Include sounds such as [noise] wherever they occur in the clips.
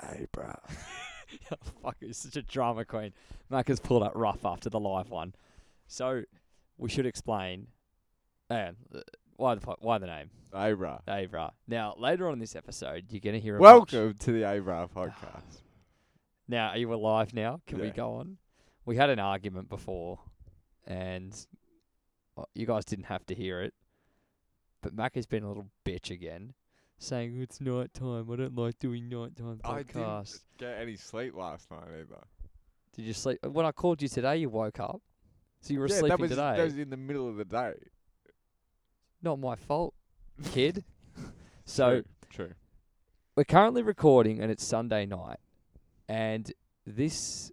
Hey, bro. [laughs] Yeah, fuck, he's such a drama queen. Mac has pulled up rough after the live one. So we should explain um, uh, why the po- why the name Hey, bro. Avra. Now later on in this episode, you're gonna hear a bunch- Welcome to the Hey, [sighs] bro podcast. Now are you alive? Now can we Yeah. go on? We had an argument before, and well, you guys didn't have to hear it, but Mac has been a little bitch again, saying it's night time. I don't like doing night time I didn't- podcasts. Get any sleep last night either. Did you sleep? When I called you today, you woke up. So you were yeah, sleeping that was, today. That was in the middle of the day. Not my [laughs] fault, kid. so true. true. we're currently recording and it's Sunday night. And this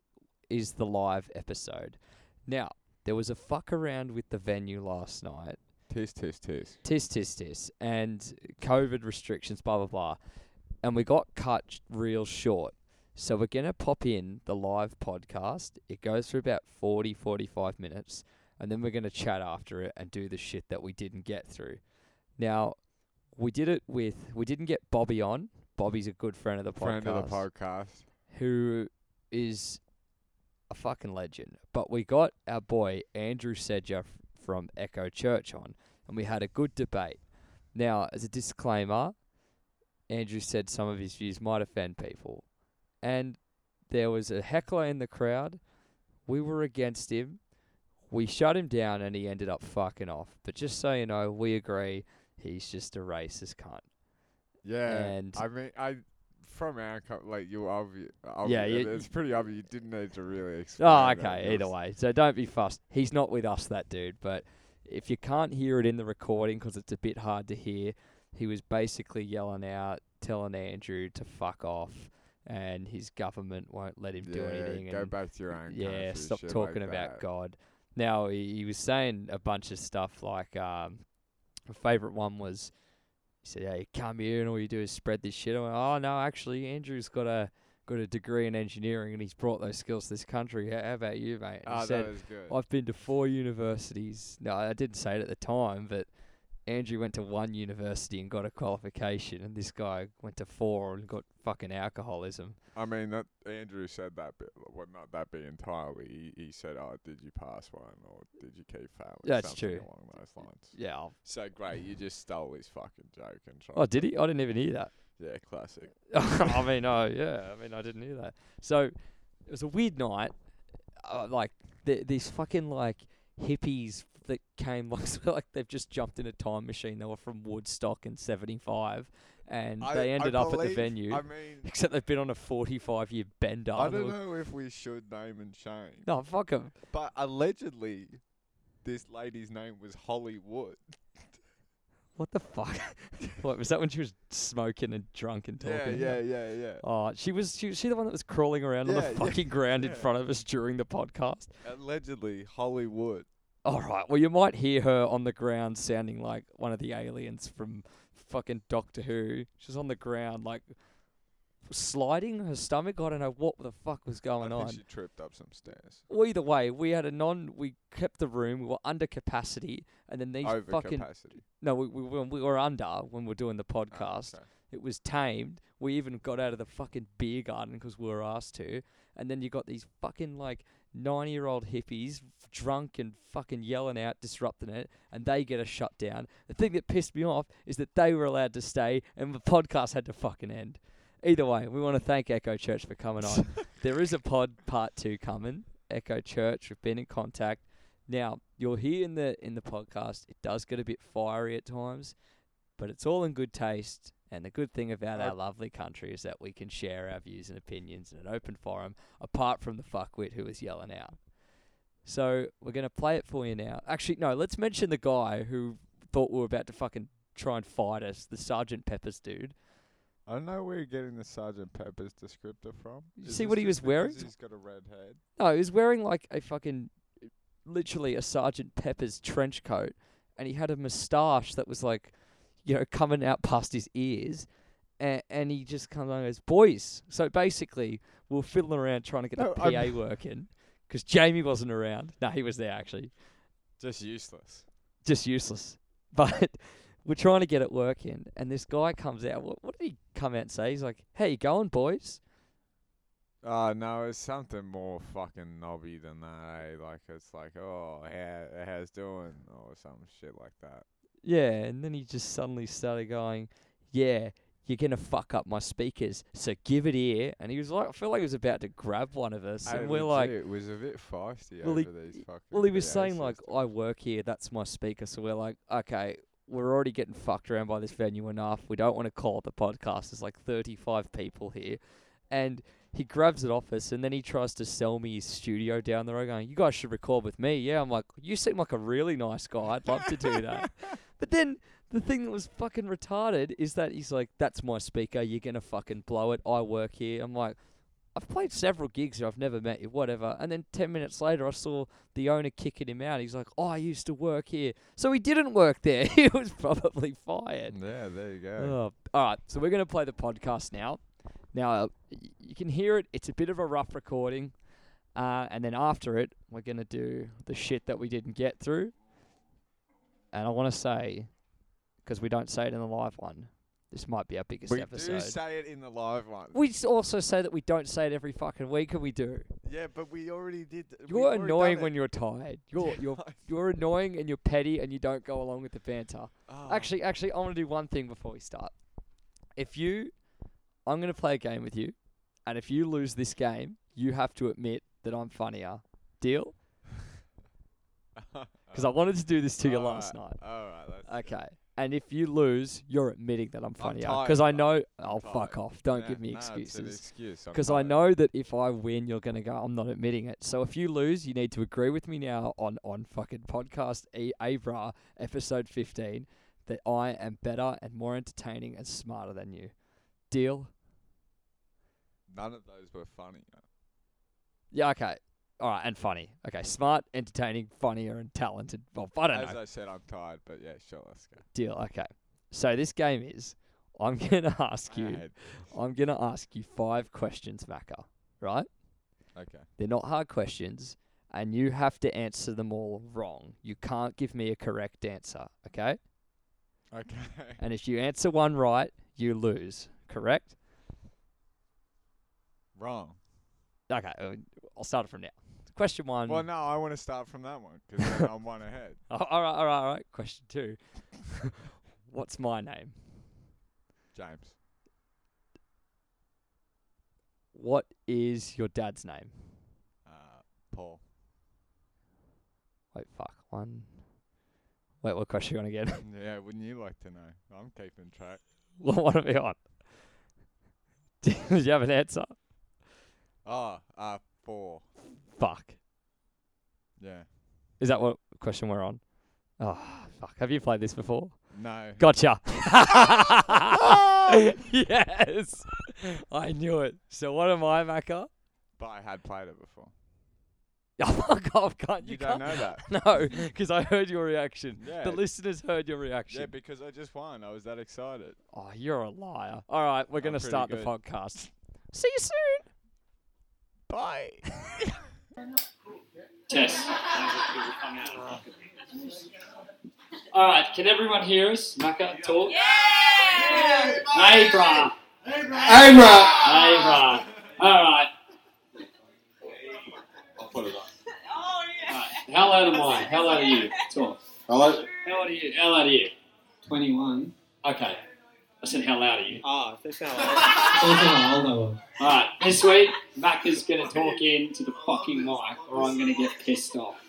is the live episode. Now, there was a fuck around with the venue last night. Tis, tis, tis. Tis, tis, tis. And COVID restrictions, blah, blah, blah. And we got cut sh- real short. So we're going to pop in the live podcast. It goes for about 40, 45 minutes. And then we're going to chat after it and do the shit that we didn't get through. Now, we did it with, we didn't get Bobby on. Bobby's a good friend of the podcast Friend of the podcast. who is a fucking legend. But we got our boy Andrew Sedger f- from Echo Church on, and we had a good debate. Now, as a disclaimer, Andrew said some of his views might offend people, and there was a heckler in the crowd. We were against him. We shut him down, and he ended up fucking off. But just so you know, we agree he's just a racist cunt. Yeah. And- I mean, I from our co- like you obvious. obvious Yeah, yeah, you- it's pretty obvious. You didn't need to really explain. Oh, that. okay. It Either was- way, so don't be fussed. He's not with us, that dude. But if you can't hear it in the recording 'cause it's a bit hard to hear, he was basically yelling out, telling Andrew to fuck off, and his government won't let him do yeah, anything. Go and back to your own. yeah, country, stop shit talking like about that. God. Now he, he was saying a bunch of stuff like um, my favorite one was he said, "Yeah, you come here and all you do is spread this shit." I went, "Oh no, actually, Andrew's got a got a degree in engineering and he's brought those skills to this country. How, how about you, mate?" And Ah, he said, that was good. "I've been to four universities." No, I didn't say it at the time, but Andrew went to one university and got a qualification, and this guy went to four and got fucking alcoholism. I mean, that Andrew said that bit. Well, not that bit entirely. He, he said, "Oh, did you pass one or did you keep failing?" That's true. Something Along those lines. Yeah. I'll- So great, you just stole his fucking joke and tried. Oh, did he? I didn't even hear that. Yeah, classic. [laughs] I [laughs] mean, oh yeah. I mean, I didn't hear that. So it was a weird night. Uh, like th- these fucking like hippies that came [laughs] like so, like they've just jumped in a time machine. They were from Woodstock in '75, and I- they I ended up at the believe- venue. I mean, [laughs] except they've been on a 45 year bender. I They don't were- know if we should name and shame, No, fuck 'em. but allegedly, this lady's name was Holly Wood. What the fuck? [laughs] what was that when she was smoking and drunk and Yeah, talking? yeah, yeah, yeah. Oh, she was she was she the one that was crawling around on Yeah, the yeah, fucking ground in yeah. front of us during the podcast. Allegedly, Holly Wood. All right. Well, you might hear her on the ground sounding like one of the aliens from fucking Doctor Who. She's on the ground like sliding her stomach. I don't know what the fuck was I going think on. she tripped up some stairs. Well, either way, we had a non. We kept the room. We were under capacity, and then these Over fucking capacity. no. We, we were- we were under when we were doing the Ah, podcast. It was tamed. We even got out of the fucking beer garden 'cause we were asked to. And then you got these fucking like nine year old hippies drunk and fucking yelling out, disrupting it, and they get a shutdown. The thing that pissed me off is that they were allowed to stay and the podcast had to fucking end. Either way, we want to thank Echo Church for coming on. there is a pod part two coming. Echo Church, we've been in contact. Now, you'll hear in the in the podcast, it does get a bit fiery at times, but it's all in good taste. And the good thing about I- our lovely country is that we can share our views and opinions in an open forum, apart from the fuckwit who was yelling out. So we're gonna play it for you now. Actually, no, let's mention the guy who thought we were about to fucking try and fight us, the Sergeant Pepper's dude. I don't know where you're getting the Sergeant Pepper's descriptor from. You see what this he was just because wearing? He's got a red head. No, he was wearing like a fucking, literally a Sergeant Pepper's trench coat, and he had a moustache that was like, you know, coming out past his ears, and, and he just comes on and goes, "Boys." So basically, we we're fiddling around trying to get No, the I'm- PA working because Jamie wasn't around. No, he was there actually. Just useless. just useless. [laughs] But we're trying to get it working, and this guy comes out. What, what did he come out and say? He's like, "How you going, boys?" Uh, no, it's something more fucking knobby than that. Eh? Like it's like, oh, how, how's doing, or some shit like that. Yeah, and then he just suddenly started going, "Yeah, you're gonna fuck up my speakers, so give it here." And he was like, I feel like he was about to grab one of us, and Eh, we're legit, like, it was a bit feisty Well, over he- these fucking. Well, he was PA saying like, systems. "I work here. That's my speaker." So we're like, "Okay, we're already getting fucked around by this venue enough. We don't want to call it the podcast. There's like 35 people here," and he grabs it off us, and then he tries to sell me his studio down the road, going, "You guys should record with me." Yeah, I'm like, "You seem like a really nice guy. I'd love to do that." but then. The thing that was fucking retarded is that he's like, "That's my speaker. You're gonna fucking blow it. I work here." I'm like, "I've played several gigs here. I've never met you. Whatever." And then ten minutes later, I saw the owner kicking him out. He's like, "Oh, I used to work here." So he didn't work there. [laughs] he was probably fired. yeah, there you go. Oh. All right, so we're going to play the podcast now. Now, y- you can hear it. It's a bit of a rough recording. Uh, and then after it, we're going to do the shit that we didn't get through. And I want to say, because we don't say it in the live one, this might be our biggest we episode. do say it in the live one. we s- also say that we don't say it every fucking week, and we do. yeah, but we already did. th- we've You're already done annoying it. when you're tired. [laughs] You're you're you're annoying and you're petty and you don't go along with the banter. Oh, Actually, actually, I want to do one thing before we start. If you, I'm going to play a game with you, and if you lose this game, you have to admit that I'm funnier. [laughs] Deal? Because I wanted to do this to you Alright, last night. Alright, let's do it. Okay. And if you lose, you're admitting that I'm funnier. tired, Because I bro. know. I'm Oh, fuck tired. off! Don't Nah, give me nah, it's an excuses. excuse. I'm Because I tired. know that if I win, you're going to go, I'm not admitting it. So if you lose, you need to agree with me now on, on fucking podcast e- Abra episode 15 that I am better and more entertaining and smarter than you. Deal? none of those were funny. Yeah, okay. All right, and funny. Okay, smart, entertaining, funnier, and talented. Well, I don't As know. I said, I'm tired, but yeah, sure, let's go. Deal. Okay. So this game is I'm going to [laughs] ask I you, hate this. I'm going to ask you five questions, Macca, right? Okay. They're not hard questions, and you have to answer them all wrong. You can't give me a correct answer, okay? Okay. [laughs] And if you answer one right, you lose, correct? Wrong. Okay, uh, I'll start it from now. Question one. Well, no, I want to start from that one because I'm one ahead. Oh, [laughs] all right, all right, all right. Question two. [laughs] What's my name? James. What is your dad's name? Uh, Paul. [coughs] Wait, fuck. One. Wait, what question are you on again? [laughs] yeah, wouldn't you like to know? I'm keeping track. what what are we on? [laughs] Do you have an answer? Oh, uh, four. Fuck. Yeah. Is that what question we're on? Oh, fuck. Have you played this before? No. Gotcha. [laughs] yes. I knew it. So what am I, Macca? [laughs] But I had played it before. Oh, fuck off, can't You, you? don't can't. know that. [laughs] No, because I heard your reaction. Yeah. The listeners heard your Yeah, reaction. because I just won. I was that excited. oh, you're a liar. All right, we're I'm going to pretty start the good. podcast. See you soon. Bye. [laughs] Test. All right, can everyone hear us? Macca, talk. Yeah! Abra. Abra. All right. Oh, yeah. How loud am I? How loud are you? Talk. Hello? How loud are you? How loud are you? 21. Okay. I said, how loud are you? Ah, that's how I All right, this week, Mac is going to talk into the fucking mic, or I'm going to get pissed off.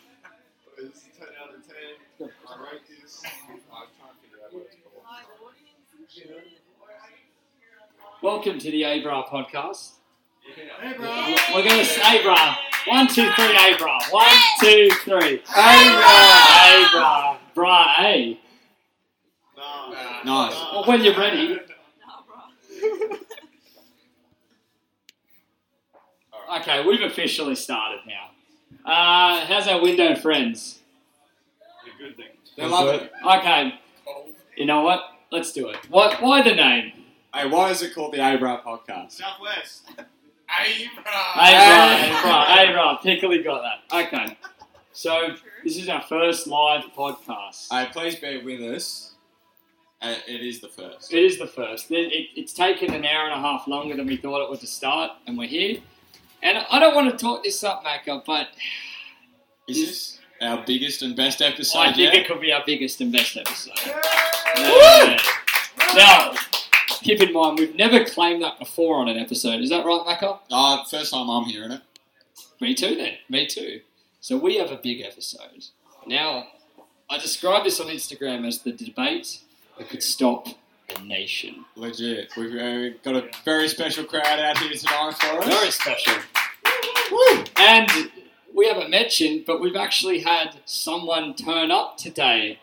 Welcome to the Abra podcast. We're going to Abra. One, two, three, Abra. One, two, three. Abra. Abra. Bra A. Nice. Well, when you're ready. Okay, we've officially started now. Uh, how's our window friends? They love it. Okay, you know what? Let's do it. What? Why the name? Hey, why is it called the Abra podcast? Southwest. Abra. Hey, Rob, hey, Rob, hey, Rob, Piccoli got that. Okay, so this is our first live podcast. Hey, please bear with us. Uh, it is the first. It is the first. It, it, it's taken an hour and a half longer than we thought it would to start, and we're here. And I don't want to talk this up, Mako, but Is this our biggest and best Oh, episode I think yet? it could be our biggest and best episode. Yeah. Now, keep in mind, we've never claimed that before on an episode. Is that right, Mako? Uh, first time I'm hearing it. Me too, then. Me too. So we have a big episode. Now, I describe this on Instagram as the debate that could stop the nation. Legit. We've uh, got a very special crowd out here tonight for us. Very special. Woo! And we haven't mentioned, but we've actually had someone turn up today.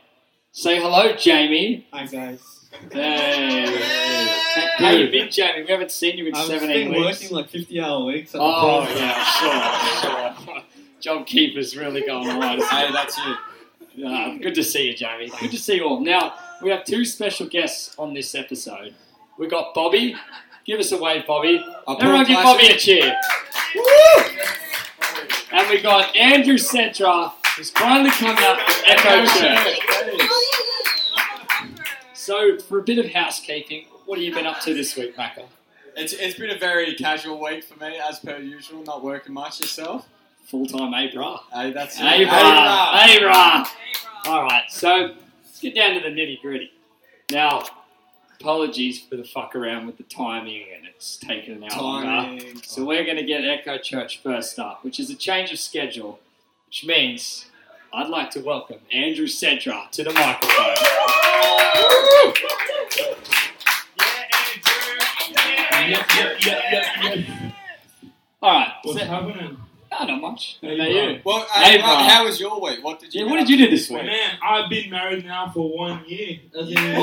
Say hello, Jamie. Hi guys. Hey. How you been, Jamie? We haven't seen you in I've 17 been weeks. working like 50 hour weeks. at the Oh moment. yeah, sure, sure. Job keeper's really going right. Hey, that's it. Uh, good to see you, Jamie. Good to see you all. Now we have two special guests on this episode. We have got Bobby. Give us a wave, Bobby. I'll put Everyone, a give glass Bobby in. a cheer. And we got Andrew Sentra, who's finally come out from Echo Church. So, for a bit of housekeeping, what have you been up to this week, Macca? It's, it's been a very casual week for me, as per usual. Not working much yourself. Full time Abra. Hey, that's it. Abra. Hey, bruh. Abra. All right, so let's get down to the nitty gritty. Now, apologies for the fuck around with the timing, and it's taken an hour longer. Timing. So we're going to get Echo Church first up, which is a change of schedule, which means I'd like to welcome Andrew Sedra to the microphone. All right, What's so, happening? no, not much. What Abra. about you? Well, Hey, hey, bruh. Mark, how was your week? What did you? Yeah, what did you do this week? Man, I've been married now for one year. That's, been-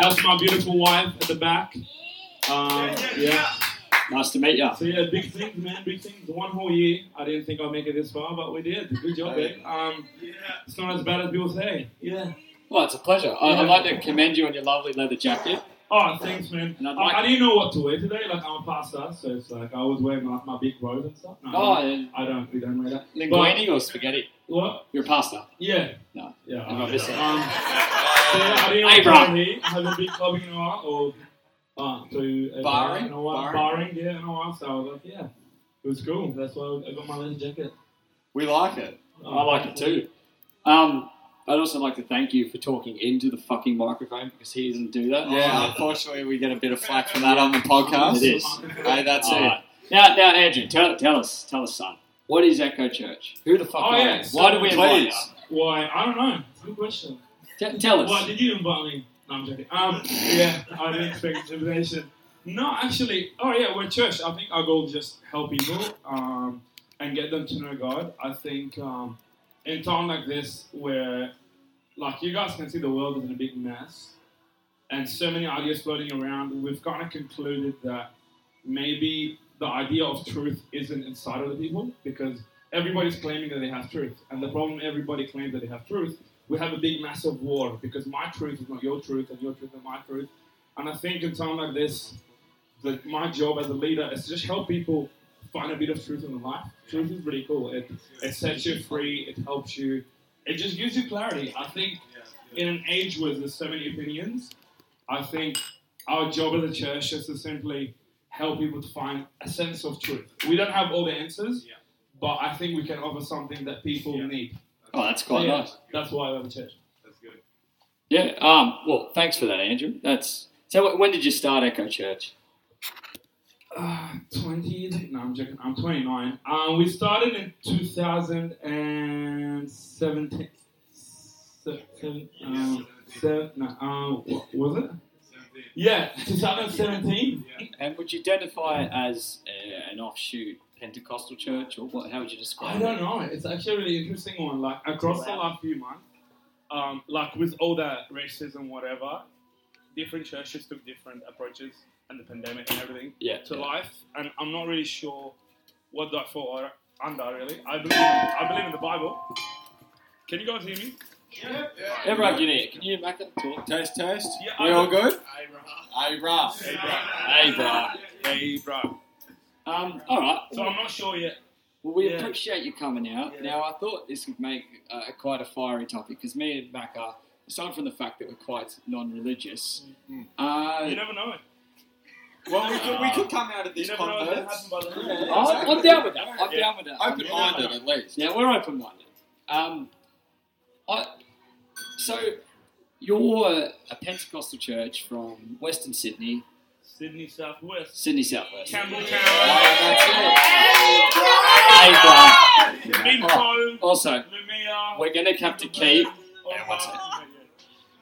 That's my beautiful wife at the back. Um, yeah. Nice to meet you. So yeah, big things, man. Big things. One whole year. I didn't think I'd make it this far, but we did. Good job, babe. Um, it's not as bad as people say. Yeah. Well, it's a pleasure. I, I'd like to commend you on your lovely leather jacket. Oh, thanks, man. And I'd I, like- I didn't know what to wear today. Like I'm a pastor, so it's like I always wear my, my big rose and stuff. No, Oh, and I don't. We don't wear that. linguine or spaghetti? What? You're a pasta. Yeah. No. Yeah. I'm not missing. Um, so yeah, I didn't Hey, hey, bro. I haven't been clubbing in a while, or uh, to uh, Barring? in a while, Barring? barring, yeah, in a while. So I was like, yeah, it was cool. That's why I got my leather jacket. We like it. I like it too. Um, I'd also like to thank you for talking into the fucking microphone because he doesn't do that. Yeah, Uh, unfortunately, we get a bit of flack for that on the Uh, podcast. It is. Hey, that's All it. right. Now, now, Andrew, tell, tell us, tell us, son. What is Echo Church? Who the fuck Oh, are yeah, you? so Why do we invite you? please. Why? I don't know. It's a good question. T- tell us. Why did you invite me? No, I'm joking. [laughs] Um, yeah, I didn't expect invitation. No, actually, oh yeah, we're church. I think our goal is just help people um, and get them to know God. I think um, in time like this, where like you guys can see the world is in a big mess, and so many ideas floating around, we've kind of concluded that maybe the idea of truth isn't inside of the people because everybody's claiming that they have truth, and the problem everybody claims that they have truth we have a big massive war because my truth is not your truth and your truth is not my truth. And I think in time like this, that my job as a leader is to just help people find a bit of truth in their life. Truth is really cool. It it sets you free, it helps you, it just gives you clarity. I think in an age where there's so many opinions, I think our job as a church is to simply help people to find a sense of truth. We don't have all the answers, but I think we can offer something that people need. Oh, that's quite Yeah. nice. That's why I love the church. Yeah. Um. Well, thanks for that, Andrew. That's. So, wh- when did you start Echo Church? Uh, 20, no, I'm joking. I'm 29. Um, we started in 2017. se- Seven, um, seven, no, um, what was it? Yeah, 2017. And would you identify it as uh, an offshoot Pentecostal church, or what? How would you describe I it? don't know. It's actually a really interesting one. Like across the last few months, um, like with all that racism, whatever, different churches took different approaches and the pandemic and everything. Yeah. to life, and I'm not really sure what that fall or- under really. I believe I believe in the Bible. Can you guys hear me? Everyone, you need. Can you back that talk? Taste, taste. Yeah, we I- all good? Abraham. Hey, bruh. Abra. Abraham. Um. All right. So I'm not sure yet. Well, we Yeah. appreciate you coming out. Yeah. Now, I thought this would make uh, quite a fiery topic because me and Mac are, Mm-hmm. aside from the fact that we're quite non religious, Mm. uh, You never know. Well, we could, we could come out of You these never know what converts. happened by the Yeah, end. I'm, I'm down with that. I'm Yeah. down with that. Open-minded, at least. Yeah, we're open minded. Um, I, so, you're a Pentecostal church from Western Sydney, Sydney Southwest. Sydney Southwest. Campbelltown, Hey, bro. Minco, Also, Lumia. we're going to have Oh. to keep Oh, Yeah, one second.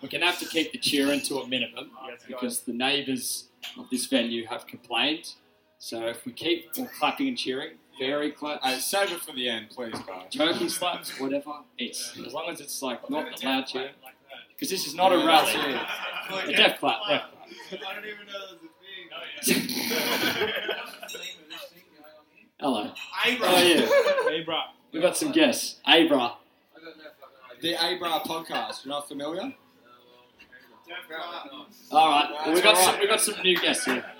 we're going to have to keep the cheering to a minimum Yes, guys. because the neighbours of this venue have complained. So if we keep all clapping and cheering, very clap, Hey, Uh, save it for the end, please, guys. choking slaps, whatever, it's as long as it's like not the loud cheering. Like that. Because this is not a Yeah, rally. that's A death clap. Death clap. I don't even know there's a thing. Oh, yeah. What's the name of this thing going on here? Hello. Abra. Oh, yeah. Hey, bro. We've got some guests. Abra. I don't know if I've got an The idea. Abra podcast. You're not familiar? All right. Well, we've got That's all some, right. we've got some new guests here.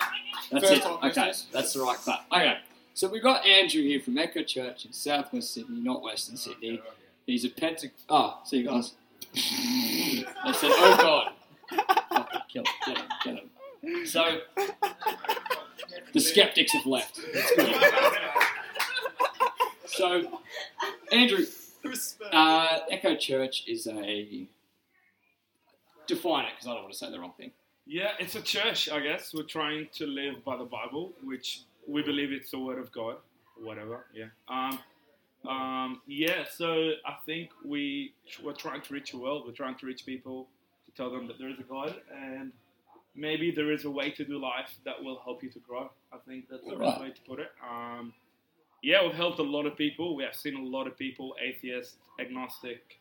That's First it. time Okay. guests. That's the right clap. Okay. So we've got Andrew here from Echo Church in Southwest Sydney, not Western Sydney. He's a Pentac. Oh, see you guys. I said, oh god. Fucking Kill him, get him, get him. So the skeptics have left. That's good. So Andrew, Uh, Echo Church is a define it because I don't want to say the wrong thing. Yeah, it's a church, I guess. We're trying to live by the Bible, which we believe it's the word of God, whatever. Yeah. Um, um, yeah. So I think we we're trying to reach the world. We're trying to reach people to tell them that there is a God and maybe there is a way to do life that will help you to grow. I think that's the right Right. way to put it. Um, yeah, we've helped a lot of people. We have seen a lot of people, atheist, agnostic,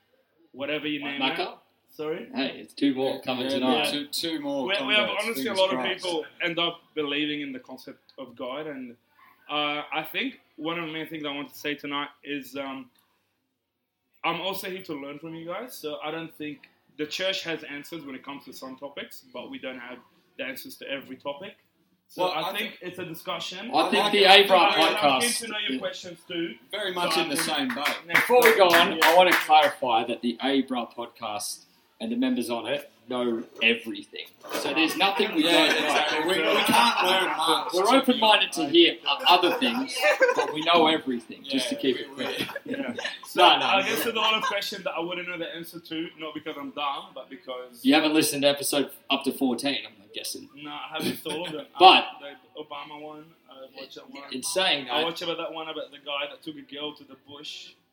whatever you name it. Maka, Sorry. hey, it's two more coming Yeah, tonight. Two, two more. We, we have converts, honestly a fingers lot of crossed. people end up believing in the concept of God, and uh, I think one of the main things I want to say tonight is um, I'm also here to learn from you guys. So I don't think the church has answers when it comes to some topics, but we don't have the answers to every topic. So Well, I, I think, it's a discussion. I think like the it. Abra I'm keen podcast. to know your questions too. Very much in the same boat. Before we go on, oh, I want to clarify that the Abra podcast and the members on it know everything. So there's nothing we Yeah, don't know. exactly. We, we can't learn much. We're open minded to hear o- other things, but we know everything, just to Yeah, keep we- it clear. Yeah. No, no. I guess there's a lot of questions that I wouldn't know the answer to, not because I'm dumb, but because [laughs] You haven't listened to episode up to 14, I'm guessing. No, I haven't sold them. [coughs] But- I, the Obama one, I watched that one. In saying I that, watched about that one about the guy that took a girl to the bush. [laughs]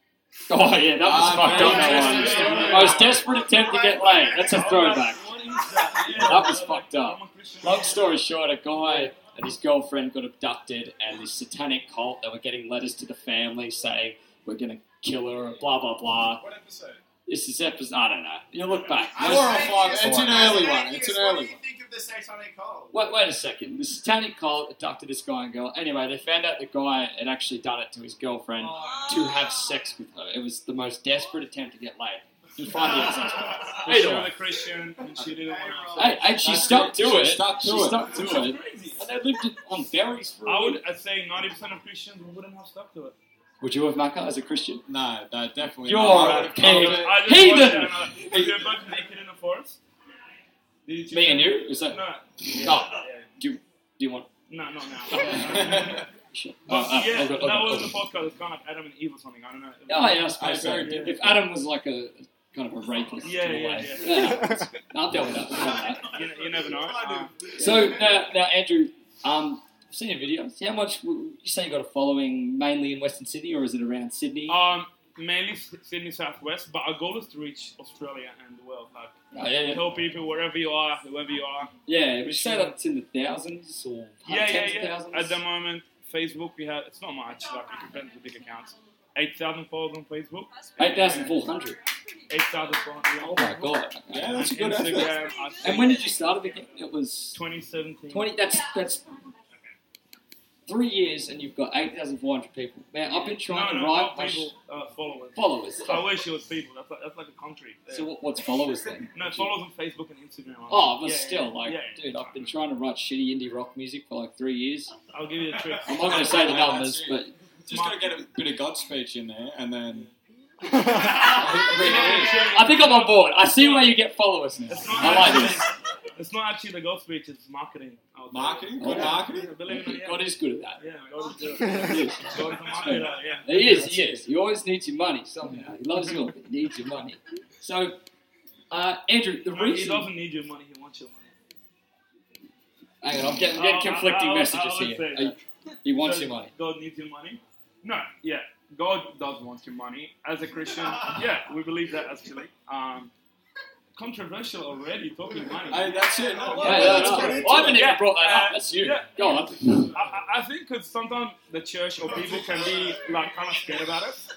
oh yeah, that was Ah, fucked very up. That interesting. one. I was desperate attempt to get laid. That's a throwback. What is that? Yeah, [laughs] That was I'm fucked up. I'm a Christian. Long story short, a guy and his girlfriend got abducted, and this satanic cult. They were getting letters to the family saying, "We're gonna kill her," and blah blah blah. What episode? This is episode. I don't know. You look back. Four Most- or five. It's an early one. It's an What do early you one. think of the Satanic Cult? Wait, wait a second. The satanic cult abducted this guy and girl. Anyway, they found out the guy had actually done it to his girlfriend to have sex with her. It was the most desperate attempt to get laid. You find the episode. She Either was way. a Christian and she didn't want Hey, and she That's stuck it. to She it. stuck to She it. stuck to to. it. And they lived it on berries for a I week. would I'd say 90% of Christians wouldn't have stuck to it. Would you have Maka as a Christian? No, no, definitely. You're not. a I would've pig. called it- I just watched Heathen! it and I- Was you both naked in the forest? Did Me and you? Is No, that? no, Oh, do you want? not [laughs] [laughs] now. Shit. Oh, But oh, yeah, oh, that oh, oh, was the oh. podcast. It's kind of like Adam and Eve or something. I don't know. Oh, yeah, I suppose I so. very If Adam was like a kind of a rapist, Yeah, in a yeah, way. yeah. I'll deal with that. I'll deal with that. [laughs] You, you never [laughs] know. Uh, So now, now Andrew, um, I've seen your videos. How much you say you got a following mainly in Western Sydney, or is it around Sydney? Uh, Um, mainly S- Sydney Southwest, but our goal is to reach Australia and the world. Like, Oh, yeah, yeah. help people wherever you are, whoever you are. yeah. Would you say that it's in the thousands or Yeah, yeah, tens of yeah. thousands? At the moment, Facebook, we have it's not much. Like, it depends on the big accounts. Eight thousand followers on Facebook. Eight thousand four hundred. Eight thousand four hundred. Oh my god. Yeah, that's a good effort. Instagram. I think And when did you start it again? It was 2017. twenty. That's that's three years, and you've got eight thousand four hundred people. Man, I've been No, trying no, to write not my people. Uh, followers. followers. I wish it was people. That's like, that's like a country. Yeah. So what, what's followers then? no, followers on Facebook and Instagram. I Oh, but think. Yeah, still, yeah, like, yeah. dude, I've been trying to write shitty indie rock music for like three years. I'll give you the trick. I'm not going to [laughs] say the numbers, but Just gotta get a bit of God speech in there, and [laughs] then. Yeah, yeah, [laughs] yeah. I think I'm on board. I see where you get followers now. I like this. It's not actually the ghost speech, it's marketing. out there. Marketing? Oh. Good Yeah. marketing? Believe it or God not, is good at that. yeah. Yeah, God [laughs] is good. He is. God is a marketer, yeah. He is, he is. He always needs your money somehow. He loves you, all, but he needs your money. So, uh, Andrew, the No, he reason. doesn't need your money, he wants your money. Hang on, I'm getting, getting Oh, conflicting I- I- messages I would here. say He- He wants Does your money. God needs your money? No, yeah. God does want your money. As a Christian, yeah, we believe that actually. Um, controversial already, talking money. Hey, that's it. No, Yeah, yeah, that's let's get good. into I haven't it. even Yeah, brought that up. uh, That's you. yeah. Go on. I- I, I think because sometimes the church or people can be like kind of scared about us.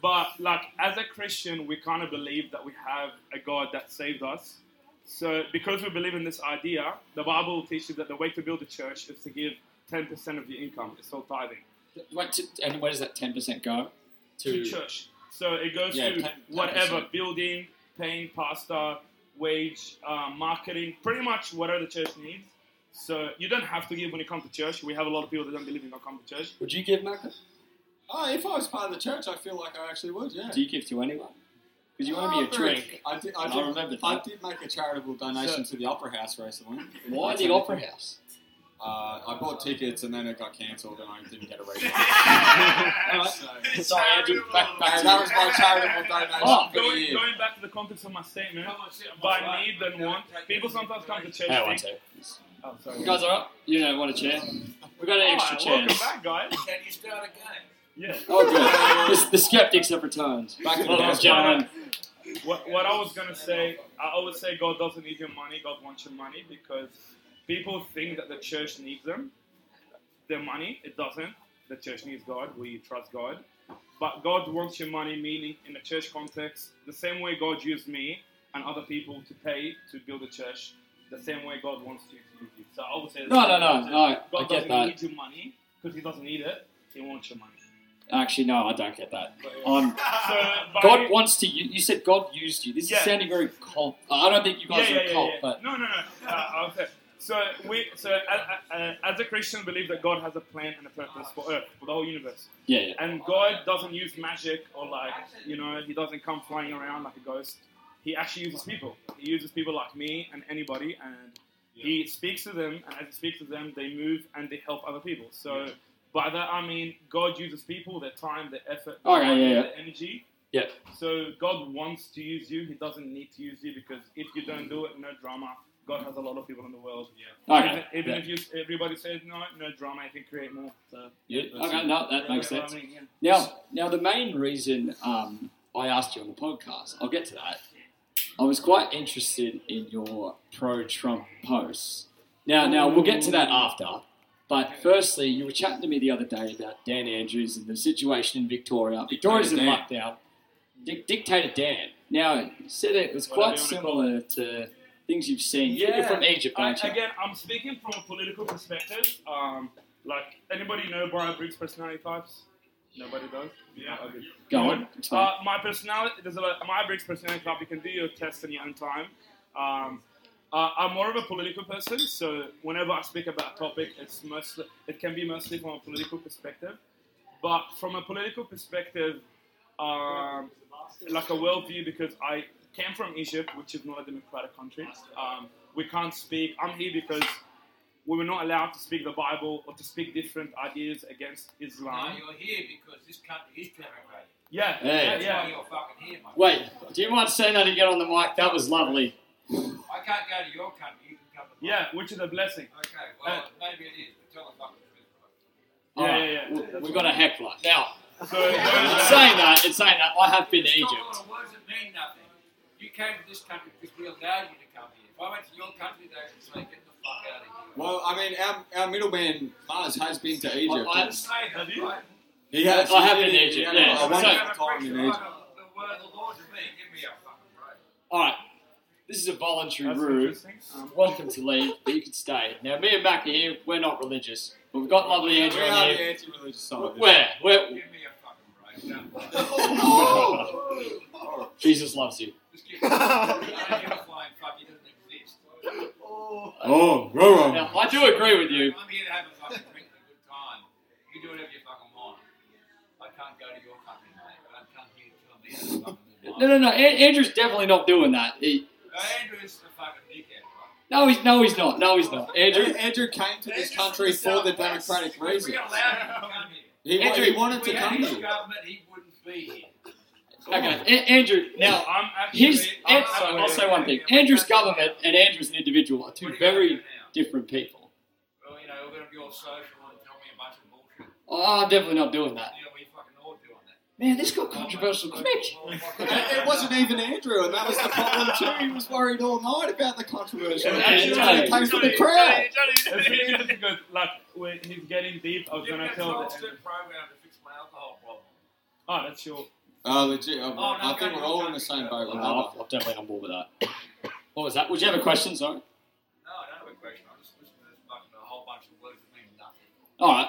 But like as a Christian, we kind of believe that we have a God that saved us. So because we believe in this idea, the Bible teaches that the way to build a church is to give 10% of your income. It's all tithing What t- and where does that 10% go? to church. So it goes Yeah, to ten- ten whatever percent. building, paying pastor, wage, uh, marketing, pretty much whatever the church needs. So you don't have to give when you come to church. We have a lot of people that don't believe in not come to church. Would you give, Marcus? Oh, if I was part of the church, I feel like I actually would, yeah. Do you give to anyone? Because you want to Oh, be a very- trick. I did, I, And I did, remember I that. did make a charitable donation to the Opera House recently. Why That's the how I Opera think- House? Uh, I bought tickets and then it got cancelled and I didn't get a refund. Alright, Yes. so- Sorry, Andrew. Back, back Uh, to that you. was my charitable donation Oh, for the Going, year. going back to the context of my statement, by need than want. People sometimes come to church. Hey, one Think, second. oh, sorry. You guys are up? You don't want a chair? We got an extra Alright, chair. welcome back, guys. Can you start a game? Yeah. Oh, good. the, the skeptics have returned. Back in the Well done, house. gentlemen. What, what I was gonna say, I always say God doesn't need your money. God wants your money because people think that the church needs them, their money. It doesn't. The church needs God. We trust God, but God wants your money. Meaning, in a church context, the same way God used me and other people to pay to build a church, the same way God wants you to use you. So I would say No, no, no, no. I God get doesn't that. need your money because He doesn't need it. He wants your money. Actually, no, I don't get that. But, yeah. Um, So, by- God wants to. You, you said God used you. This is Yeah. sounding very cult. I don't think you guys are a cult, but No, no, no. Uh, I'll say- so we, so uh, uh, as a Christian, believe that God has a plan and a purpose for Earth, for the whole universe. yeah, yeah. And God doesn't use magic or like, you know, He doesn't come flying around like a ghost. He actually uses people. He uses people like me and anybody, and He speaks to them. And as He speaks to them, they move and they help other people. So by that I mean God uses people, their time, their effort, their, Okay, money, Oh, yeah, yeah. their energy. Yeah. So God wants to use you. He doesn't need to use you because if you don't do it, no drama. God has a lot of people in the world. Yeah. Okay, Even, even yeah. if you, everybody says no, no drama. You can create more. So Yeah, okay, no, that makes You know what sense. I mean? Yeah. Now, now the main reason um, I asked you on the podcast, I'll get to that. I was quite interested in your pro-Trump posts. Now, now we'll get to that after. But firstly, you were chatting to me the other day about Dan Andrews and the situation in Victoria. Victoria's in Dan. lockdown. Dic dictator Dan. Now, you said it was Whatever quite you wanna call similar to things you've seen. You're Yeah. from Egypt, I, aren't you? again, I'm speaking from a political perspective. Um, like anybody know Brian Briggs' personality types? Nobody does. Yeah. Okay. Go on. Explain. Uh, my personality, there's a lot, my Briggs personality type. You can do your test in your own time. Um, uh, I'm more of a political person, so whenever I speak about a topic, it's mostly it can be mostly from a political perspective. But from a political perspective, um, like a worldview, because I came from Egypt, which is not a democratic country. Um, we can't speak. I'm here because we were not allowed to speak the Bible or to speak different ideas against No, Islam. you're here because this country is democratic. Yeah, Hey. yeah, That's yeah. why you're fucking here, mate. Wait, do you mind saying that again on the mic? That was lovely. I can't go to your country. You can come to mine. Yeah, Uh, which is a blessing. Okay, well, maybe it is, but tell the fucking truth. Yeah, Alright, yeah, yeah. w- That's We got a heckler. Now, [laughs] So going in back, saying that, in saying that, I have been to It's not Egypt. all the words that mean nothing. You came to this country because we allowed you to come here. If I went to your country, they would say, get the fuck out of here. Well, I mean, our, our middleman Mars has been to Egypt. I- I- Say that, Have you? right? he has. I have he- been to he- Egypt, he had yeah. a wonderful So- time in Egypt. The word of the Lord to me, give me a fucking break. All right, this is a voluntary that's rule. interesting. Um, Welcome to leave, but you can stay. Now, me and Mac are here. We're not religious, but we've got lovely We Andrew are on the here. anti-religious side. of this. Where? Where? Give me a fucking break. No. Oh. Jesus loves you. Just give me a flying fuck, he doesn't exist. Oh, we're wrong. Now, I do agree with you. I'm here to have a fucking drink and a good time. You do whatever you fucking want. I can't go to your country, mate, but I come here to tell me how to fucking live No, life. no, no. An- Andrew's definitely not doing that. He, Andrew's a fucking dickhead, right? No, he's no, he's not. No, he's not. Andrew, Andrew, Andrew came to this country for the democratic reason. We got allowed him to come here. He, wa- Andrew, he If wanted we to had come his here. government, he wouldn't be here. okay, A- Andrew. Now, I'm actually. here's I'm An- sorry. I'll say one thing. Andrew's government and Andrew's an individual are What two are you gonna do very now? different people. Well, you know, we're going to be all social and tell me a bunch of bullshit. Oh, I'm definitely not doing that. You know, we fucking all doing that. Man, this got controversial quick. It it wasn't even Andrew, and that was the problem too. He was worried all night about the controversy. Yeah, He was trying to pay for the crowd. It's really difficult. Like when he's getting deep, I was You've gonna got tell. a the- program to fix my alcohol problem. Oh, that's your. Oh, legit. I, no, I think no, we're no, all no, in the same boat with I'm, that. one. I'm definitely on board with that. What was that? Would you have a question? Sorry. No, I don't have a question. I'm just listening to this fucking a whole bunch of words that mean nothing. All right.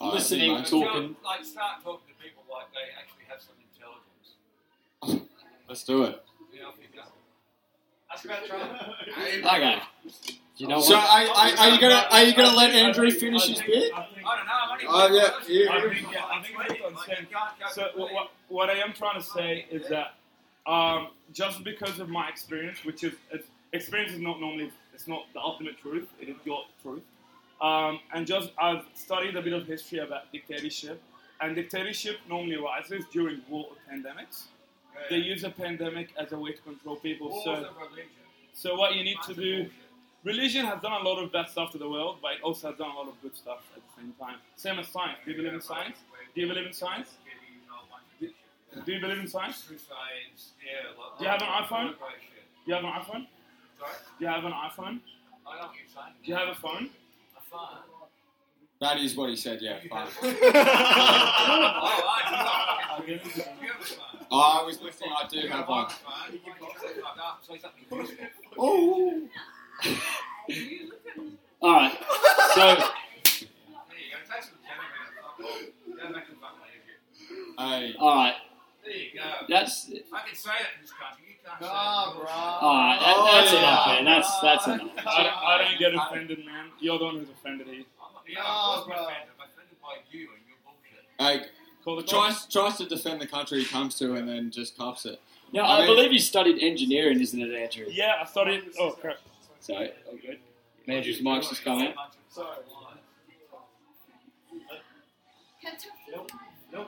Oh, Listening, I see, mate. Talking. Start, like, start talking to people like they actually have some intelligence. Let's do it. You know, if you don't. That's about trouble. Okay. You know So, what? are, are, are you gonna are you gonna let Andrew finish his bit? I think- I don't know. I'm only Oh, yeah, you- I think- I think it's on same- So what, what, what I am trying to say is that um, just because of my experience, which is it's, experience is not normally it's not the ultimate truth, it is your truth. Um, and just I've studied a bit of history about dictatorship, and dictatorship normally rises during war or pandemics. They use a pandemic as a way to control people. Wars so of religion. so what you need to do, religion has done a lot of bad stuff to the world, but it also has done a lot of good stuff at the same time. Same as science. Do you believe in science? Do you believe in science? Do you believe in science? Crusades, yeah. Like, Do you have an like, iPhone? like great shit. Do you have an iPhone? Sorry? Do you have an iPhone? I know what you're saying. Do you have a phone? A phone? That is what he said. Yeah, fine. Oh, I do. Okay. You have a phone. Oh, I was listening. I do You have have a one. phone. You can fuck up, say something useful. Oh. All right. So There you go. Take some genuine fuck off. Go back and fucking live here. Hey. all right. There you go. That's I can say that in this country. You can't say Oh, that. all right. That, Oh, that's yeah. enough, man. That's that's enough. I don't, I don't get offended, man. You're the one who's offended here. I'm not- Yeah, I was Oh, bro. offended. I'm offended by you and your bullshit. Hey, Call the cops. tries tries to defend the country he comes to and then just cuffs it. Now I I mean- believe you studied engineering, isn't it, Andrew? Yeah, I started. Oh crap. So Andrew's mic's just come out. Sorry. Oh,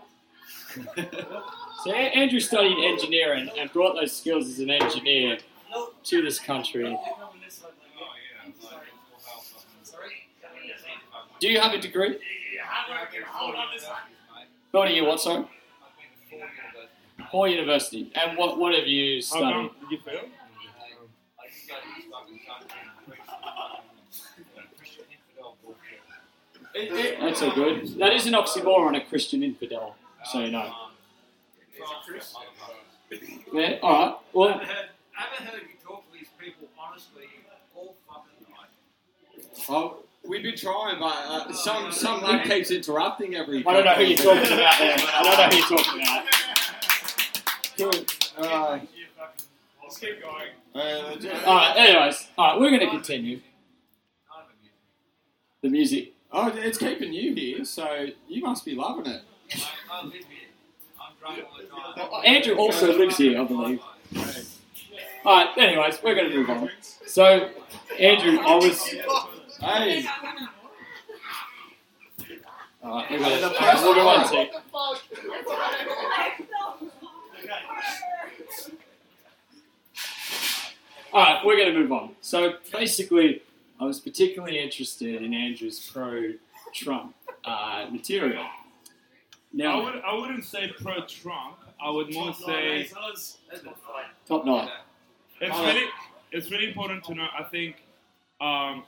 So A- Andrew studied engineering and brought those skills as an engineer to this country. Do you have a degree? Not you what, sorry? Paul University. And what what have you How studied? come? Did you fail? It- it- That's all good. That is an oxymoron, a Christian infidel. So you know. Yeah. Well, All right. I Well, haven't heard, I haven't heard you talk to these people honestly all fucking night. oh, we've been trying, but uh, some some lad keeps interrupting every. I don't know who you're talking about there. I don't know who you're talking about. Uh, Let's keep going. hey, legit. All right. Anyways, all right. We're going to continue None of you. the music. Oh, it's keeping you here, so you must be loving it. I, I live here. I'm drunk all the time. Well, Andrew also lives here, I believe. All right. Anyways, we're going to move on. So, Andrew, I was. Hey, All right. We're going to. We'll go on to. All right. We're going to move on. So basically, I was particularly interested in Andrew's pro-Trump uh, material. I Now, would. I wouldn't say pro Trump. I would more say it's top nine. really. It's really important to know. I think. Um,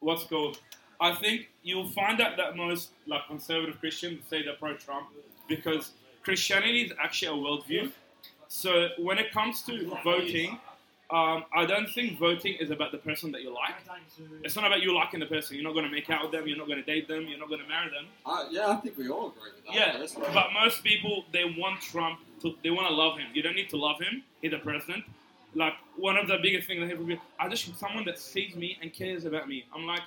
what's called. I think you'll find out that most like conservative Christians say they're pro Trump because Christianity is actually a worldview. So when it comes to voting, um, I don't think voting is about the person that you like. It's not about you liking the person. You're not going to make out with them. You're not going to date them. You're not going to marry them. uh, yeah, I think we all agree with that. Yeah, personally. but most people they want Trump to they want to love him. You don't need to love him. He's a president. Like one of the biggest things I hear from people, I just want someone that sees me and cares about me. I'm like,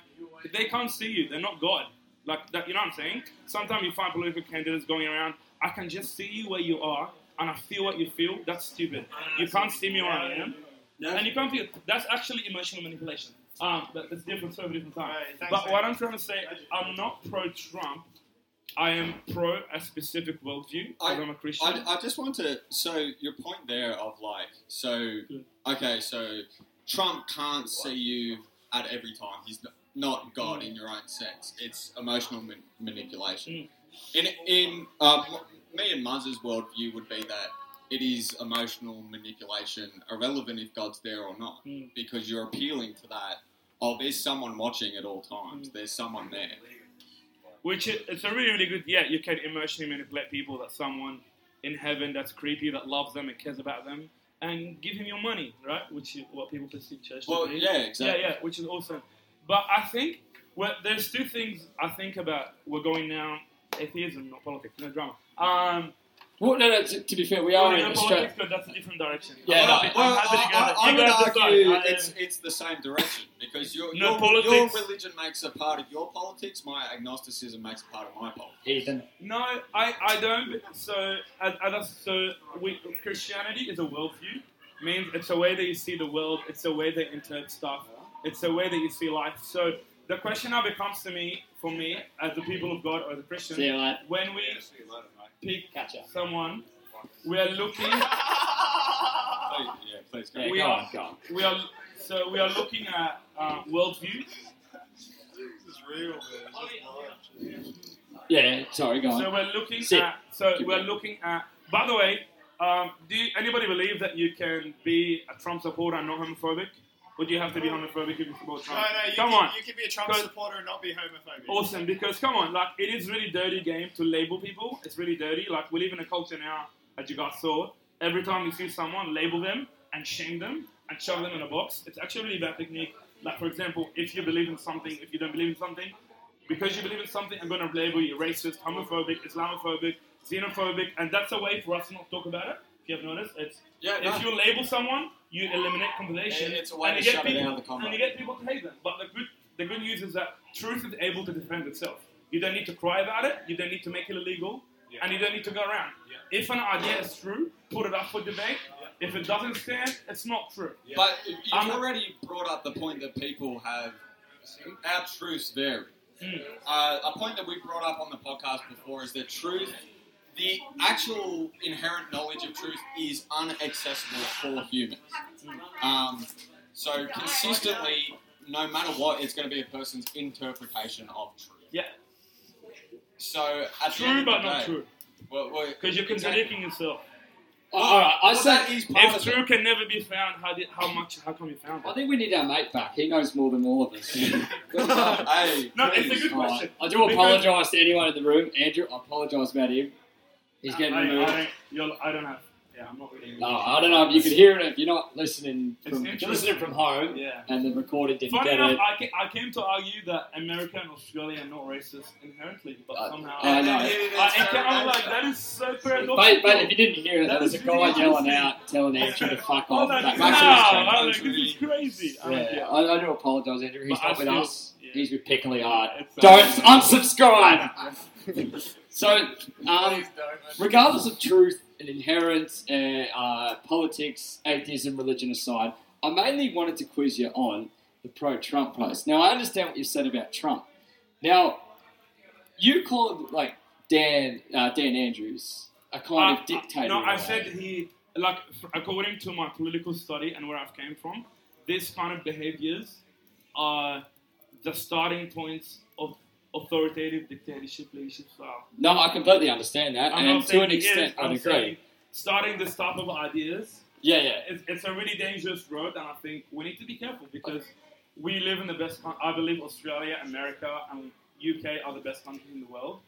if they can't see you, they're not God. Like that, you know what I'm saying? Sometimes you find political candidates going around. I can just see you where you are, and I feel what you feel. That's stupid. You can't see me where I am. And you can't feel. That's actually emotional manipulation. Um, that, that's different, so different time. but what I'm trying to say, I'm not pro Trump. I am pro a specific worldview. I- I, I'm a Christian. I, I just want to. So your point there of like, so okay, so Trump can't see you at every time. He's n- not God in your own sense. It's emotional ma- manipulation. In in um, me and Muzz's worldview would be that it is emotional manipulation, irrelevant if God's there or not, Mm. because you're appealing to that. Oh, there's someone watching at all times. There's someone there. Which is, it's a really, really good. Yeah, you can emotionally manipulate people. That someone in heaven that's creepy, that loves them and cares about them, and give him your money, right? Which is what people perceive church to Well, be. yeah, exactly. Yeah, yeah, which is awesome. But I think well, there's two things I think about. We're going now atheism, not politics, no drama. Um, Well, no, no, to, to be fair, we are in no, Australia. politics, but that's a different direction. Yeah, I'm no, happy- I'm Well, happy to go I, there. I, I You would guys argue decide. I- it's, it's the same direction because your, No, your, your politics- religion makes a part of your politics, my agnosticism makes a part of my politics. Ethan. No, I, I don't. but- So, as, as I- so we, Christianity is a worldview. Means it's a way that you see the world. It's a way that you interpret stuff. It's a way that you see life. So the question now becomes to me, for me, as the people of God or the Christian, See you later. when we pick Catch up. someone, we are looking. Uh, Please, yeah, please go. Yeah, We go are- on, go on. We are so we are looking at uh, worldview. Yeah, sorry, go So on. we're looking Sit. at. So Keep we're going. looking at. By the way, um, do you, anybody believe that you can be a Trump supporter and not homophobic? Or do you have to be homophobic if you support No, Trump? no, you come can, on, You can be a Trump Go- supporter and not be homophobic. awesome. Because come on, like it is really dirty game to label people. It's really dirty. Like we live in a culture now, as you guys saw. Every time you see someone, label them and shame them and shove them in a box. It's actually a really bad technique. Like for example, if you believe in something, if you don't believe in something, because you believe in something, I'm going to label you racist, homophobic, Islamophobic, xenophobic, and that's a way for us not to talk about it. If you have noticed, it's Yeah, no, if you label someone, you eliminate compilation, It- it's a way and to you get shut it people, down the combat. and you get people to hate them. But the good, the good news is that truth is able to defend itself. You don't need to cry about it. You don't need to make it illegal, and you don't need to go around. If an idea is true, put it up for debate. If it doesn't stand, it's not true. but you've I'm- already brought up the point that people have our truths vary. Mm. Uh, a point that we brought up on the podcast before is that truth, the actual inherent knowledge of truth, is unaccessible for humans. Um, so consistently, no matter what, it's going to be a person's interpretation of truth. Yeah. So at the end True, of the but not day- true, Well, well, because you're contradicting yourself. Oh, all right, I well, say. that is part If of it. [laughs] true can never be found, how did, how much how come you found I it? think we need our mate back. He knows more than all of [laughs] us. hey, [laughs] No, it's a please. good All right. question. I do Because- apologise to anyone in the room. Andrew, I apologise about him. He's getting I, I, removed. don't- you'll- I don't have. Yeah, I'm not really. No, I don't know if you could hear it if you're not listening It's from, if you're listening interesting. from home Yeah. and the recording didn't Funny get enough, it. I, ca- I came to argue that America and Australia are not racist inherently, but Uh, somehow. I know. I, am like, that is so paradoxical. But, but if you didn't hear it, That there was a was guy really yelling interesting. out, telling Andrew to fuck I'm off. like, That no, makes Maxine's I'm like, changed. this is crazy. I'm like, Yeah, I, I do apologise, Andrew. He's But I not with still- us. yeah. He's with Pickley Hard. It's, uh, Don't unsubscribe. so, um, regardless of truth and inherence, uh, uh, politics, atheism, religion aside, I mainly wanted to quiz you on the pro-Trump post. Now, I understand what you said about Trump. Now, you called like Dan uh, Dan Andrews a kind Uh, of dictator. No, in a I way. said he, like, f- according to my political study and where I've came from, these kind of behaviors are the starting points of authoritative dictatorship leadership style. No, I completely understand that, I'm and not to saying an he is, extent, I'm I'd saying agree. Starting this type of ideas Yeah, yeah. it's, it's a really dangerous road, and I think we need to be careful because we live in the best. coun- I believe Australia, America, and UK are the best countries in the world.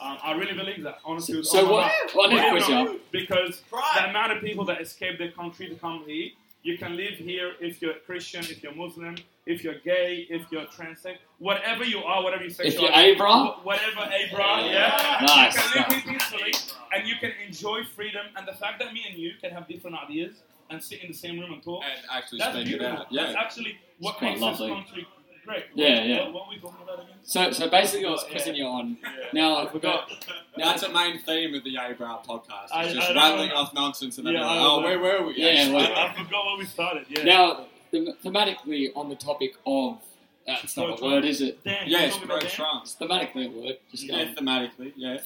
Um, I really believe that. Honestly, So, with so all my what? heart. What We next did question? not, because the Right. amount of people that escape their country to come here, you can live here if you're Christian, if you're Muslim, if you're gay, if you're transsex, whatever you are, whatever you If sexual, you're Abra, wh- whatever Abra, Oh. yeah, Yeah. Nice. you can live here peacefully and you can enjoy freedom and the fact that me and you can have different ideas and sit in the same room and talk. And actually That's speak it beautiful. out. Yeah. That's actually what quite makes lovely. this country Great. Yeah, yeah. What, what are we talking about again? So, so basically, I was quizzing you on. Now I forgot. Now, that's a main theme of the Eyebrow podcast. It's I- just I don't rattling know. off nonsense and then Yeah, like, I don't oh, know. where were we? Yeah, actually? like- I, I forgot where we started. Yeah. Now, them- thematically on the topic of. That's not a word, is it? Dan, you yes, talking bro, about Dan? Trump. It's thematically a word. Just Yeah, going. thematically, yeah.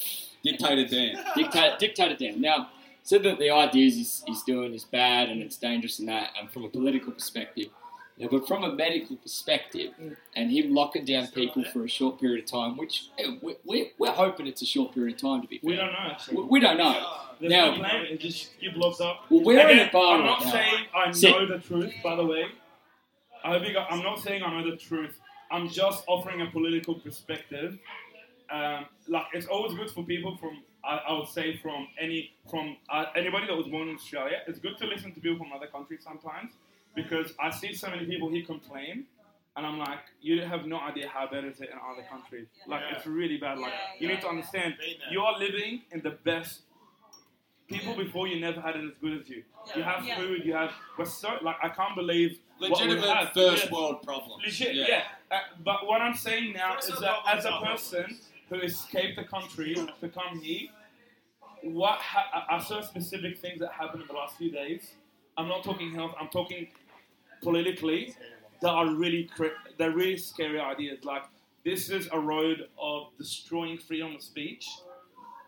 Dictator [laughs] Dan. dictate, dictate it down. Now, said that the ideas he's, he's doing is bad and it's dangerous and that, and from a political perspective. Yeah, but from a medical perspective, Mm. and him locking down people for a short period of time, which eh, we, we, we're hoping it's a short period of time to be fair. We don't know. Actually. We- we don't know. There's Now- no plan. It just you blows up. Well, we're in Again, a bar I'm not right now. saying I know Sit. the truth, by the way. I hope you got, I'm not saying I know the truth. I'm just offering a political perspective. Um, like it's always good for people from I, I would say from any from uh, anybody that was born in Australia. It's good to listen to people from other countries sometimes because I see so many people here complain, and I'm like, you have no idea how bad is it in other countries. Like Yeah. it's really bad. Like you need to understand you are living in the best. People before you never had it as good as you. You have Yeah. food. You have. We're so like I can't believe what we Legitimate have. first Yeah. world problems. Legit, yeah. Uh, but what I'm saying now is that as a person who escaped the country to come here, what ha- I I saw specific things that happened in the last few days. I'm not talking health. I'm talking politically. That are really cri- they're really scary ideas. Like this is a road of destroying freedom of speech.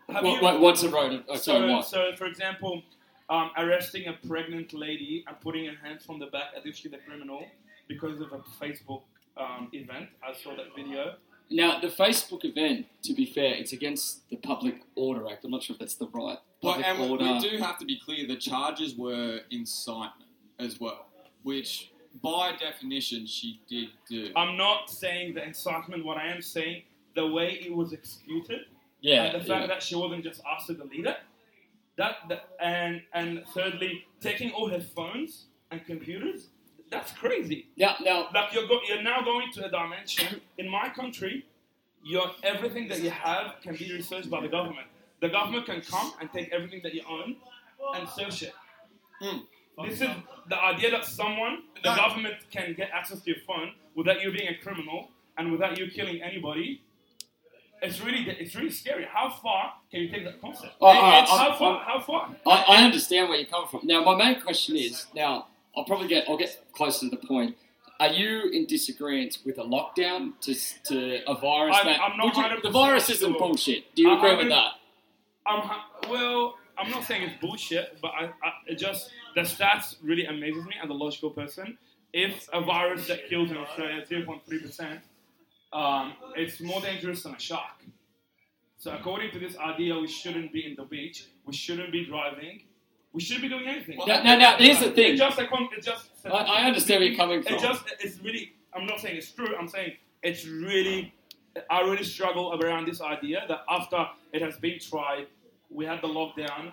Have What, you- what, what's the road? Oh, sorry, so, what? so, for example, um, arresting a pregnant lady and putting her hands on the back as if she's a criminal because of a Facebook um, event. I saw that video. Now, the Facebook event, to be fair, it's against the Public Order Act. I'm not sure if that's the right Well, public and we- order. we do have to be clear the charges were incitement as well, which by definition she did do. I'm not saying the incitement. What I am saying, the way it was executed, yeah, and the fact yeah. that she wasn't just asked to delete it. That, that and and thirdly, taking all her phones and computers. That's crazy. Now, now, Like you're go- you're now going to a dimension in my country. Your everything that you have can be researched by the government. The government can come and take everything that you own and search it. Mm. This is the idea that someone, the No. government, can get access to your phone without you being a criminal and without you killing anybody. It's really, it's really scary. How far can you take that concept? Oh, alright, It's- how I'm- far? How far? I, I understand where you're coming from. Now, my main question is now I'll probably get I'll get closer to the point. Are you in disagreement with a lockdown to, s- to a virus I'm- that I'm not would you- 100% the virus isn't sure. bullshit? Do you I'm agree with 100 that? I'm ha- well. I'm not saying it's bullshit, but I, I it just the stats really amazes me as a logical person. If a virus that kills in Australia zero point three percent, um, it's more dangerous than a shark. So according to this idea, we shouldn't be in the beach. We shouldn't be driving. We shouldn't be doing anything. No, no, no. Here's the It's thing. just a con- it's just I, I understand where you're coming from. it just it's really i'm not saying it's true i'm saying it's really i really struggle around this idea that after it has been tried we had the lockdown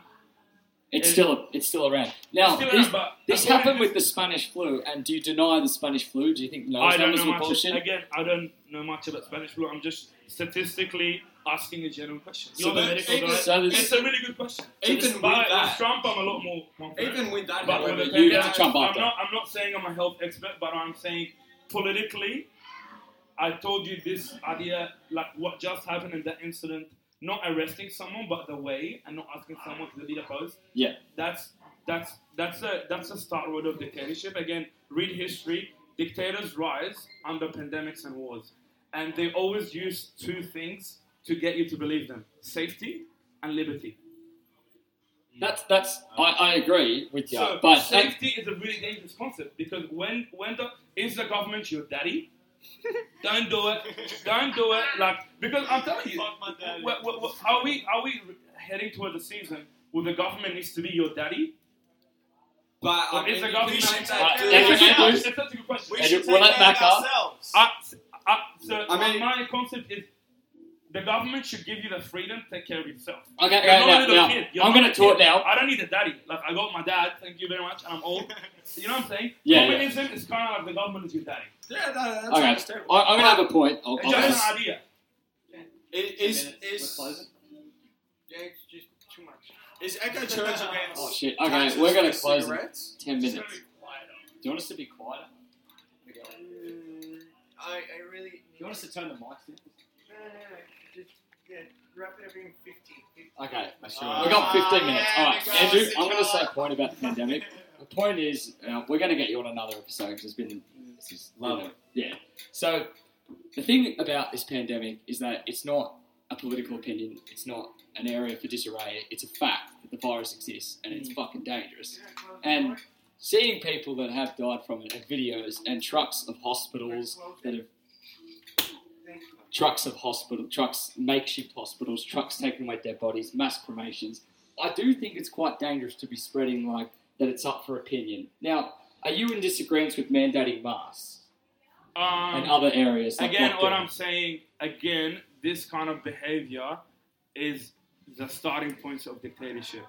it's still it's still around. Now, Still this, around, but- this but- happened with the Spanish flu, and do you deny the Spanish flu? Do you think those i don't numbers know were much bullshit? again i don't know much about spanish flu i'm just statistically asking a general question So You're the that- medical even- guy. so this- it's a really good question Even with but with that- trump i'm a lot more confident. Even with that, But however, with the you you get to pandemic, Trump I'm after. not, I'm not saying I'm a health expert, but I'm saying politically, I told you this idea, like what just happened in that incident, not arresting someone, but the way, and not asking someone to delete a post. Yeah. That's that's that's a that's a start road of dictatorship. Again, read history. Dictators rise under pandemics and wars, and they always use two things to get you to believe them: safety and liberty. That's that's I, I agree with you, So but safety is a really dangerous concept because when when the is the government your daddy? don't do it. Don't do it. Like because I'm telling you, Fuck my daddy. wh- wh- wh- are we are we heading towards a season where the government needs to be your daddy? But I Or mean, is the you government? should take Uh, that Yeah, very you it's a should good do- seriously. question. It's a good question. And you- will it back up? ourselves. I, I, so I my- mean- my concept is the government should give you the freedom to take care of yourself. Okay, You're okay, not a now, little now, kid. You're I'm not going a to talk kid. now. I don't need a daddy. Like I got my dad. Thank you very much. And I'm old. You know what I'm saying? Yeah, Communism is kind of like the government is your daddy. Yeah, no, that's Okay, I, I'm understandable. going to have a point. I'll, It's I'll just just, an idea. It is is Yeah, it's just too much. is Echo Church against? [laughs] oh shit. taxes Okay, we're going for to close in cigarettes. ten minutes. It's very quiet. Do you want us to be quieter? Mm, I, I really need You want us to turn the mics down? No, no, no. Just yeah, wrap it up in 15. 15. Okay. sure. we got 15 minutes. Ah, All right, yeah, Andrew, because I'm going to it's say a not- point about the [laughs] pandemic. The point is, uh, we're going to get you on another episode because it's been this is Lovely. yeah. So the thing about this pandemic is that it's not a political opinion. It's not an area for disarray. It's a fact that the virus exists and it's fucking dangerous. And seeing people that have died from it and videos and trucks of hospitals that have trucks of hospital trucks makeshift hospitals trucks taking away dead bodies mass cremations i do think it's quite dangerous to be spreading like that it's up for opinion now are you in disagreement with mandating masks Um, and other areas like again, what lockdown? I'm saying, again, this kind of behavior is the starting points of dictatorship.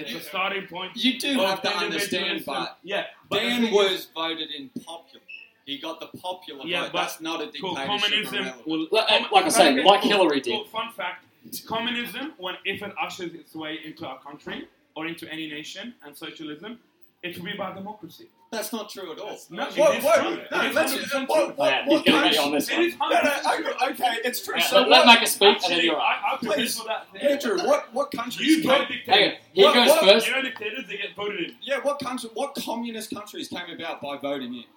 It's the starting point. You do of have to understand, individualism. but yeah, but the Dan thing is- was voted in popular. He got the popular Yeah, vote. but- That's not a Cool. dictatorship. Communism. irrelevant. Will, Like- com- like I say, okay, like cool, Hillary cool. did. Fun fact: communism, when if it ushers its way into our country or into any nation, and socialism, it will be about democracy. That's not true at all. No, Whoa, it is whoa, no, true. It is let's- 100% whoa, true. Oh, yeah, What he's going to kind be of- on this It one. is No, no, hundred percent true. okay, okay, it's true. Right, so let, let what, Mac a speak and then Actually, you're right. I, I prefer Please. for that. Andrew, what, what countries? You came- don't Hang on, dictate. here What- goes what- first. You know dictators they get voted in. yeah, what country? What communist countries came about by voting in?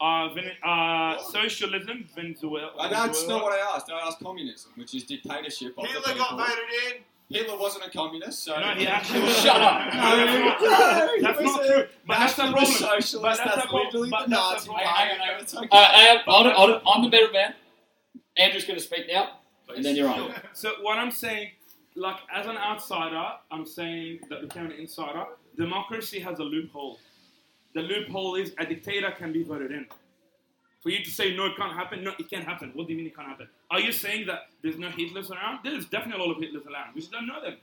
Uh, Vene- uh, socialism, Venezuela. Uh, that's not what I asked. I asked communism, which is dictatorship. Of the Hitler people. got voted in. Hitler wasn't a communist, so No, he actually. Shut up. No, that's not true. That's not true. But that's the National problem. Socialist, But that's that's, the problem. literally But the that's the Nazi. problem. party. Hang on, It's okay. Uh, I am, hold it, hold it. I'm the better man. Andrew's going to speak now, and then you're on. So what I'm saying, like as an outsider, I'm saying that became an insider. Democracy has a loophole. The loophole is a dictator can be voted in. For you to say no, it can't happen. No, it can happen. What do you mean it can't happen? Are you saying that there's no Hitlers around? There is definitely a lot of Hitlers around. We just don't know them.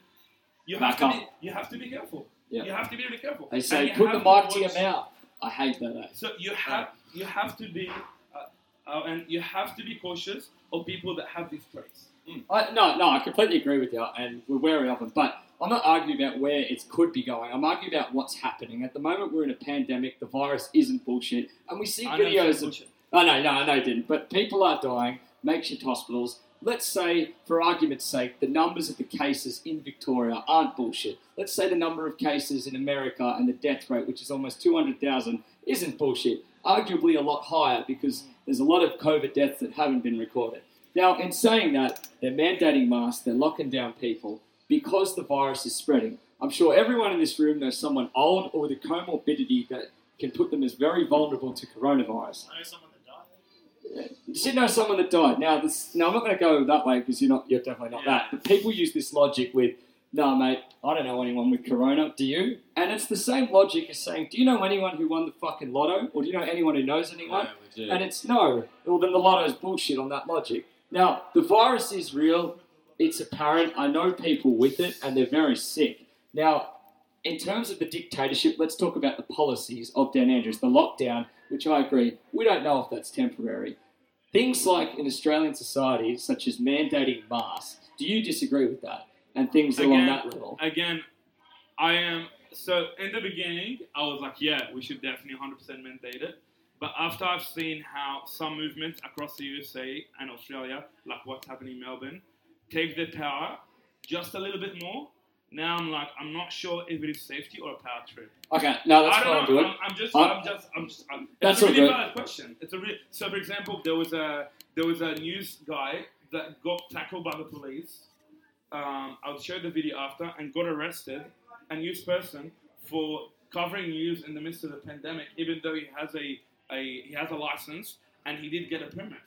You have to be. You have to be careful. Yeah. You have to be really careful. They And say, you put the have mic to your watch- mouth. I hate that. eh? so you have you have to be, uh, uh, and you have to be cautious of people that have these traits. I, no, no, I completely agree with you, and we're wary of them. But I'm not arguing about where it could be going. I'm arguing about what's happening. At the moment, we're in a pandemic. The virus isn't bullshit, and we see I know videos some of. bullshit. Oh no, no, I know it didn't. But people are dying. Makeshift hospitals. Let's say, for argument's sake, the numbers of the cases in Victoria aren't bullshit. Let's say the number of cases in America and the death rate, which is almost 200,000, isn't bullshit. Arguably a lot higher because there's a lot of COVID deaths that haven't been recorded. Now, in saying that, they're mandating masks, they're locking down people because the virus is spreading. I'm sure everyone in this room knows someone old or with a comorbidity that can put them as very vulnerable to coronavirus. I know someone that died. You should know someone that died. Now, this, now I'm not going to go that way because you're not. You're definitely not that. But people use this logic with, "No, mate, I don't know anyone with corona. Do you?" And it's the same logic as saying, "Do you know anyone who won the fucking lotto, or do you know anyone who knows anyone?" And it's no. Well, then the lotto's bullshit on that logic. Now, the virus is real. It's apparent. I know people with it, and they're very sick. Now, in terms of the dictatorship, let's talk about the policies of Dan Andrews, the lockdown, which I agree, we don't know if that's temporary. Things like in Australian society, such as mandating masks, do you disagree with that? And things along Again, that level. again, I am. So in the beginning, I was like, yeah, we should definitely 100% mandate it. But after I've seen how some movements across the USA and Australia, like what's happening in Melbourne, take their power just a little bit more, now I'm like, I'm not sure if it is safty or a power trip. Okay, no, that's I don't fine, know. good. I'm, I'm just, I'm- I'm, just, I'm just. I'm, That's it's a all really good. valid question. It's a real. So, for example, there was a there was a news guy that got tackled by the police. Um, I'll show the video after and got arrested, a news person for covering news in the midst of the pandemic, even though he has a, a he has a license and he did get a permit.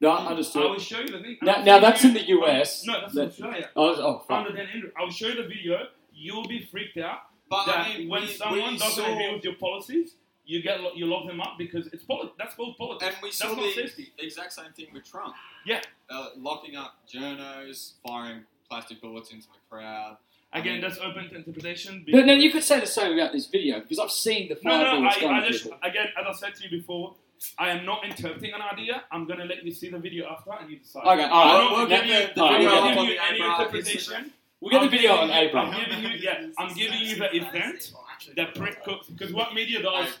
No, I I will understood. show you the thing. Now, I'll now show that's you- in the US. No, that's in That- Australia. Oh, oh, fuck. Under Dan Andrew. I'll show you the video. You'll be freaked out but that I mean, when we, someone we doesn't saw, agree with your policies, you get lo- you lock them up because it's poli- that's called politics. and we that's saw not the safety. exact same thing with Trump. Yeah. uh, locking up journos, firing plastic bullets into the crowd. Mm. Again, that's open to interpretation. No, no, you could say the same about this video because I've seen the no, no, fireball that's I, going I to just people. again, as I said to you before, I am not interpreting an idea. I'm gonna let you see the video after and you decide. Okay, I'm all right. not We'll giving get you, the- the I'm video not up giving on you the any eyebrow. interpretation. We'll get the I'm video on giving you- April. I'm giving you, yeah, I'm giving you the event, the pre, because what media does,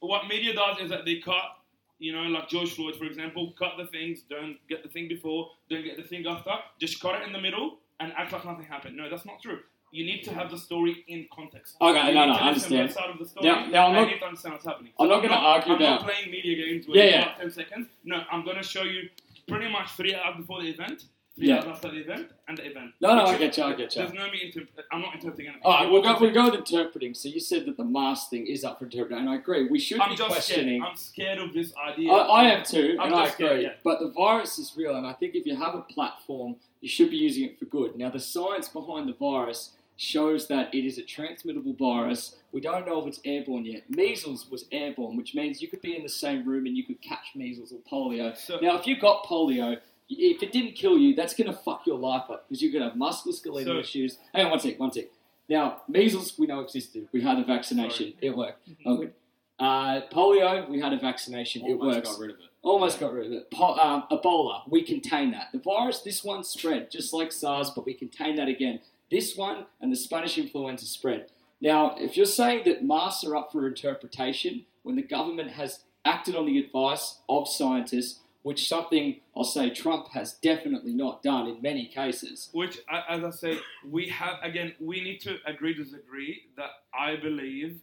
what media does is that they cut You know, like George Floyd, for example, cut the things, don't get the thing before, don't get the thing after, just cut it in the middle and act like nothing happened. No, that's not true. You need to have the story in context. Okay, You no, need no, to I listen understand. both sides of the story, Now- now I'm and not- you need to understand what's happening. I'm not gonna argue I'm not about- playing media games where Yeah, you yeah. got 10 seconds. No, I'm going to show you pretty much three hours before the event, three Yeah. hours after the event, and the event. No, no, Which I is- get you, I get you. There's no me inter- I'm not interpreting anything. All right, we'll go, we'll go with interpreting. So you said that the mask thing is up for interpreting, and I agree. We should I'm be just questioning. scared. I'm scared of this idea. I, I am too, I'm and I just agree. scared, yeah. But the virus is real, and I think if you have a platform, you should be using it for good. Now, the science behind the virus shows that it is a transmittable virus. We don't know if it's airborne yet. Measles was airborne, which means you could be in the same room and you could catch measles or polio. So, Now, if you got polio, if it didn't kill you, that's going to fuck your life up because you're going to have musculoskeletal So- issues. Hang on one sec, one sec. Now, measles we know existed. We had a vaccination. It worked. Mm-hmm. Okay. Uh, polio, we had a vaccination. it Almost works. got rid of it. Almost got rid of it. Po- um, Ebola, we contain that. The virus, this one spread just like SARS, but we contain that again. This one and the Spanish influenza spread. Now, if you're saying that masks are up for interpretation when the government has acted on the advice of scientists, which something I'll say Trump has definitely not done in many cases. which, I- as I say, we have again. We need to agree to disagree. That I believe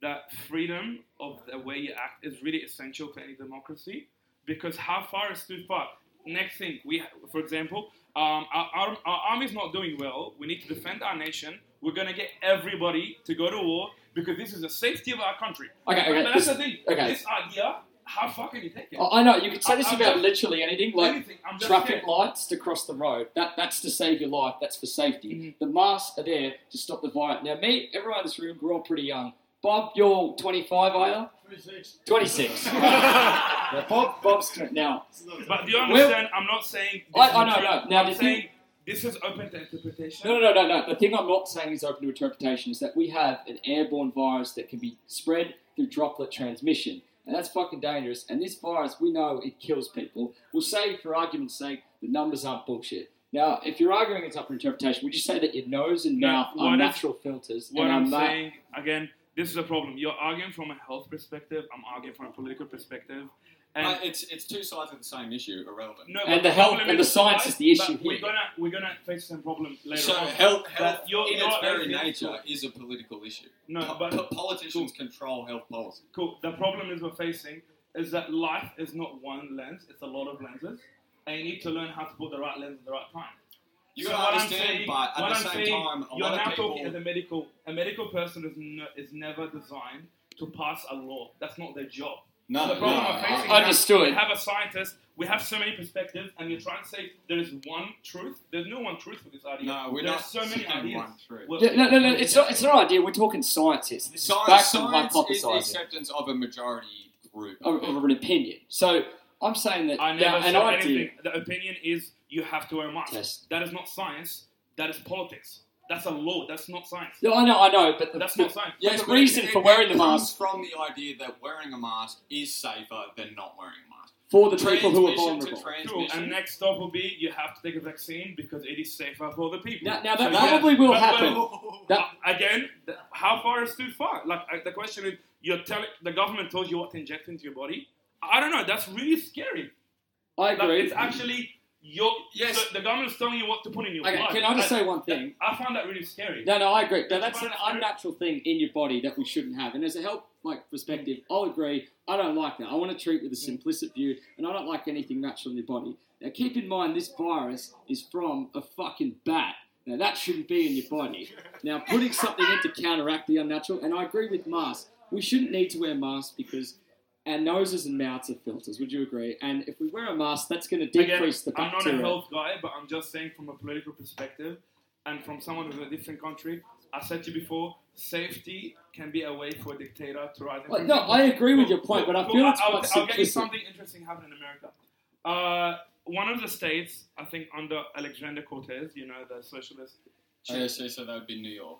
that freedom of the way you act is really essential to any democracy. Because how far is too far? Next thing, we, ha- for example, um, our, our, our army is not doing well. We need to defend our nation. We're gonna get everybody to go to war because this is the safety of our country. Okay, okay. but that's this- the thing. okay. This idea, how far can you take it? I I know you could say this I- I- about literally anything, like Anything. I'm just traffic scared. lights to cross the road. That that's to save your life. That's for safety. The masks are there to stop the virus. Now, me, everyone in this room, we're all pretty young. Bob, you're 25, are you? 26. [laughs] 26. Now, Bob, Bob's tw- now. But do you understand? I'm not saying. I- is I know, true. I know. Now, I'm the thing- saying this is open to interpretation. No, no, no, no, no. The thing I'm not saying is open to interpretation is that we have an airborne virus that can be spread through droplet transmission. And that's fucking dangerous. And this virus, we know it kills people. We'll say, for argument's sake, the numbers aren't bullshit. Now, if you're arguing it's up for interpretation, would you say that your nose and No, mouth what are is- natural filters? What and I'm are na- saying again, this is a problem. You're arguing from a health perspective. I'm arguing from a political perspective. And Uh, it's it's two sides of the same issue, irrelevant. no, and but the health- problem and the science is the but issue We're here. gonna we're gonna face some problem later so on. health, health But you're- in you're its not very opening nature to- is a political issue. No, Po- but- po- politicians control health policy. Cool. The problem is we're facing is that life is not one lens; it's a lot of lenses, and you need to learn how to put the right lens at the right time. You So gotta what I'm understand, saying- but at what the I'm same saying, time, a you're lot now of people. talking as a medical. A medical person is no, is never designed to pass a law. That's not their job. no, the no, problem no, we're facing I- now, Understood. We have a scientist. We have so many perspectives, and you're trying to say there is one truth. There's no one truth for this idea. no, we're There's not so many saying ideas. one truth. Well, Yeah, no, no, no. It's not, it's not an idea. We're talking science here. So this is back Science, to science is the hypothesizing. Oh, acceptance of a majority group. Of, of an opinion. So I'm saying that I never now, said an idea. anything. The opinion is you have to wear a mask. Yes. That is not science. That is politics. That's a law. That's not science. No, I know, I know, but the, That's the, not science. yeah, the but reason it- for it wearing the comes mask from the idea that wearing a mask is safer than not wearing a mask. for the people who Transmission are vulnerable. To transmission. Cool. And [laughs] next stop will be you have to take a vaccine because it is safer for the people. Now, now that So, yeah, probably will but- but- happen. That- again, th- how far is too far? Like I- the question is, you're telling the government told you what to inject into your body. I don't know. That's really scary. I Like agree. it's actually your Yes. so the government's telling you what to put in your okay, blood. can I just say one thing? I find that really scary. No, no, I agree. Now, That's that's an fine. unnatural thing in your body that we shouldn't have. And as a health like perspective, I'll agree. I don't like that. I want to treat with a simplistic view, and I don't like anything natural in your body. Now, keep in mind, this virus is from a fucking bat. Now, that shouldn't be in your [laughs] body. Now, putting something in to counteract the unnatural, and I agree with masks. We shouldn't need to wear masks because our noses and mouths are filters. Would you agree? And if we wear a mask, that's going to decrease the I'm not a bacteria. health guy, but I'm just saying from a political perspective and from someone who's in a different country. I said to you before, safety can be a way for a dictator to rise. Well, no, I agree with your point, but I feel it's will quite I'll get you simplistic. something interesting happened in America. Uh, one of the states, I think, under Alexander Cortez, you know, the socialist. Oh, yeah, so, so that would be New York.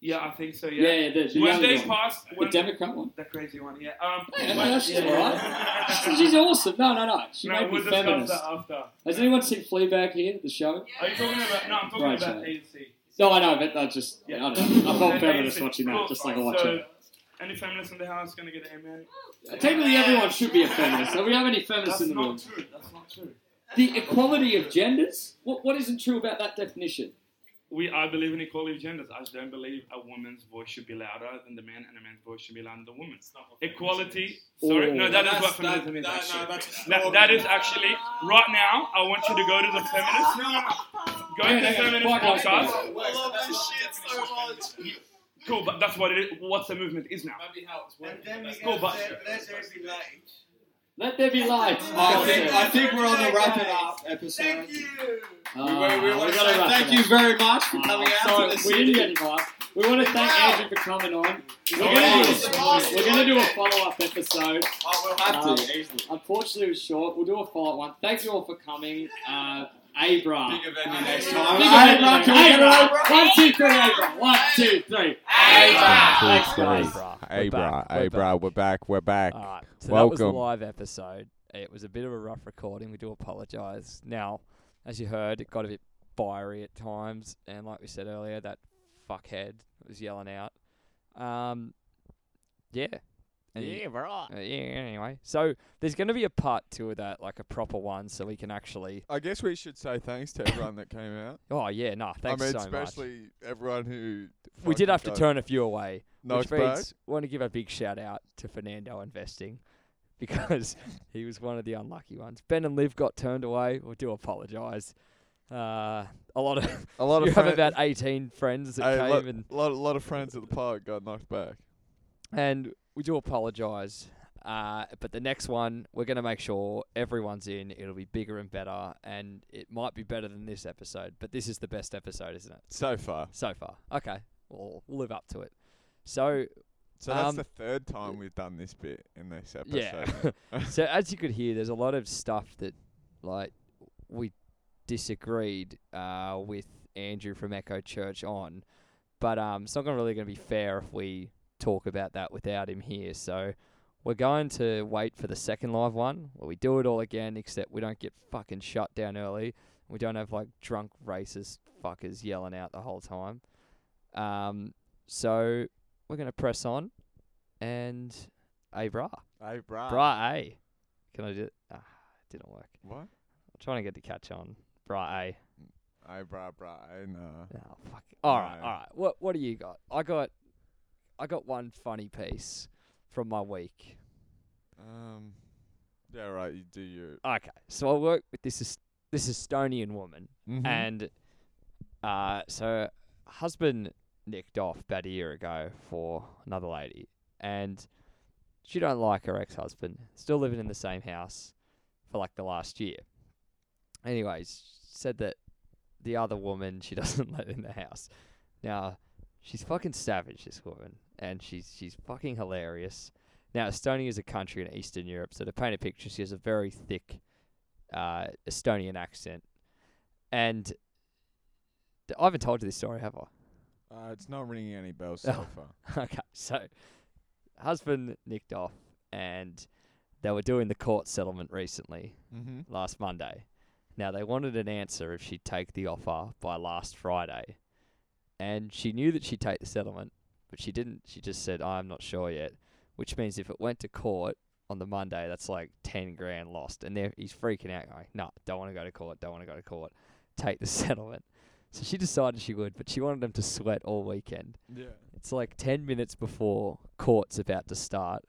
Yeah, I think so. Yeah, Yeah. yeah, there's when the they other one. passed, the when, Democrat one. the crazy one, yeah. Um, Yeah, when- no, she's yeah. [laughs] alright. [laughs] She's awesome. No, no, no. She no, might we'll be discuss feminist. uh, that after. Has anyone seen Fleabag here, the show? Are you talking about? No, I'm talking Right, about so- ANC. No, I know, but I just, yeah, I don't know. I felt And feminist ANC. watching that, Cool, just like I fine. watch so, it. Any feminists in the house gonna get an amen? Technically, everyone should be a feminist. Do we have any feminists That's in the room? not true. That's not true. The equality of genders? What, what isn't true about that definition? We I believe in equality of genders. I don't believe a woman's voice should be louder than the man, and a man's voice should be louder than the woman. Equality. Sorry, no, that is Oh. That's- what feminism that- is. that- no, actually. that's- That- that is actually right now. I want you to go to the feminist. No, no, no. Go to Yeah, the yeah, feminist yeah. podcast. Wait, wait, love Oh, that's that not shit definition so of feminism. Cool, but that's what it is. What the movement is now. Maybe how it's And then we That's get Cool, cool, but- there, let there be light. Let there be light. Oh, I think, I think we're on the wrap it up episode. Thank you. Uh, We, we, we want to gotta say wrap thank it you up. very much for coming Uh, out. sorry, to this we didn't get any laughs. We want to thank Wow. Andrew for coming on. We're Oh, gonna do it's a, awesome. we're gonna do a follow up episode. Oh, we'll have Um, to. easily. Unfortunately, it was short. We'll do a follow up one. Thank you all for coming. Uh, Abra. Bigger venue next Big time. Big Alright, Abra, can we get an Abra. Abra? One, two, three, Abra. One, two, three. Thanks, guys. [laughs] Hey, bro. Hey, bro. We're back. We're back. All right. So that was a Welcome. live episode. It was a bit of a rough recording. We do apologise. Now, as you heard, it got a bit fiery at times, and like we said earlier, that fuckhead was yelling out. Um, yeah. And you- bro. uh, yeah. Anyway, so there's going to be a part two of that, like a proper one, so we can actually. I guess we should say thanks to everyone that came out. Oh yeah, nah. [laughs] Thanks I mean, so much. especially everyone who. We did fucking have to showed turn a few away. Knocks Which back. means want to give a big shout out to Fernando Investing [laughs] because he was one of the unlucky ones. Ben and Liv got turned away. We do apologise. Uh, a lot of [laughs] A [laughs] lot you of have friends- about eighteen friends that Hey, came lot, and lot, lot of friends at the park got knocked back. and we do apologise. Uh, but the next one, we're going to make sure everyone's in. It'll be bigger and better, and it might be better than this episode. But this is the best episode, isn't it? So far. So far, okay, we'll we'll live up to it. So So that's Um, the third time we've done this bit in this episode. Yeah. [laughs] now. so as you could hear, there's a lot of stuff that like we disagreed uh, with Andrew from Echo Church on, but um, it's not gonna really going to be fair if we talk about that without him here. So we're going to wait for the second live one where we do it all again, except we don't get fucking shut down early. We don't have like drunk racist fuckers yelling out the whole time. Um, so we're going to press on and hey, brah. hey, bro. Bra A. Can I do it? Ah, it didn't work. What? I'm trying to get the catch on. Bra A. Hey, bro, bro. Hey, nah. Oh, fuck. All right, No. all right. What what do you got? I got I got one funny piece from my week. Um. Yeah, right. You do you. Okay. So I work with this Es- this Estonian woman and uh so husband nicked off about a year ago for another lady and she don't like her ex-husband still living in the same house for like the last year anyways said that the other woman she [laughs] doesn't let in the house now she's fucking savage this woman and she's she's fucking hilarious now estonia is a country in eastern europe so to paint a picture she has a very thick uh, estonian accent and d- I haven't told you this story, have I? [laughs] uh, it's not ringing any bells Oh. so far. okay, so husband nicked off, and they were doing the court settlement recently [laughs] Mm-hmm. last Monday. Now they wanted an answer if she'd take the offer by last Friday, and she knew that she'd take the settlement, but she didn't. She just said, "I'm not sure yet," which means if it went to court on the Monday, that's like ten grand lost. And there, he's freaking out, going, "No, don't want to go to court. Don't want to go to court. Take the [laughs] settlement." So she decided she would, but she wanted them to sweat all weekend. Yeah. It's like 10 minutes before court's about to start,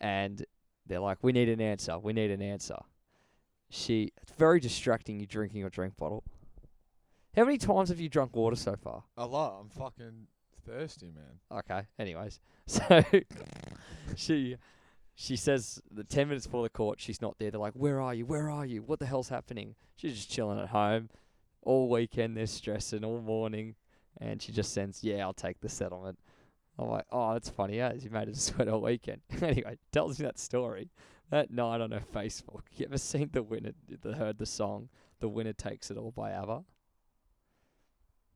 and they're like, We need an answer. We need an answer. She, it's very distracting you drinking your drink bottle. How many times have you drunk water so far? A lot. I'm fucking thirsty, man. Okay, anyways. [laughs] So she she says the 10 minutes before the court, she's not there. They're like, Where are you? Where are you? What the hell's happening? She's just chilling at home all weekend. They're stressing all morning. And she just sends, Yeah, I'll take the settlement. I'm like, Oh, that's funny. Yeah, you made her [laughs] sweat all weekend. anyway, tells me that story that night on her Facebook. [laughs] You ever seen the winner, the, heard the song, The Winner Takes It All by ABBA?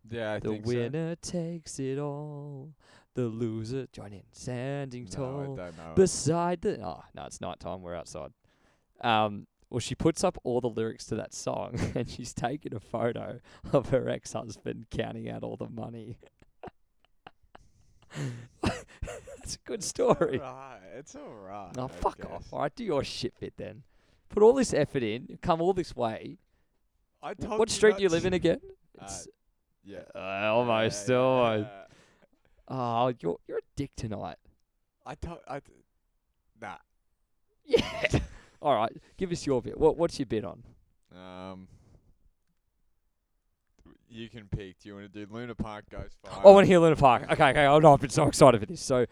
Yeah, I The think winner takes it all. The loser join in, standing so. No, I tall don't know. it. beside the. Oh no, it's night time. We're outside. Um. Well, she puts up all the lyrics to that song, [laughs] and she's taken a photo of her ex-husband counting out all the money. [laughs] That's a good story. Right, it's all right. Oh, I fuck guess. off. All right, do your shit bit then. Put all this effort in, come all this way. I Wh- told What street do you not live in to- again? Uh, It's- Yeah. Uh, almost, yeah, almost. yeah. Oh, you're you're a dick tonight. I told. I. T- nah. Yeah. [laughs] all right, give us your bit. What what's your bit on? Um. You can peek. Do you want to do Luna Park Ghost Fire? I want to hear Luna Park. Okay, okay. Oh no, I've been so excited for this. So,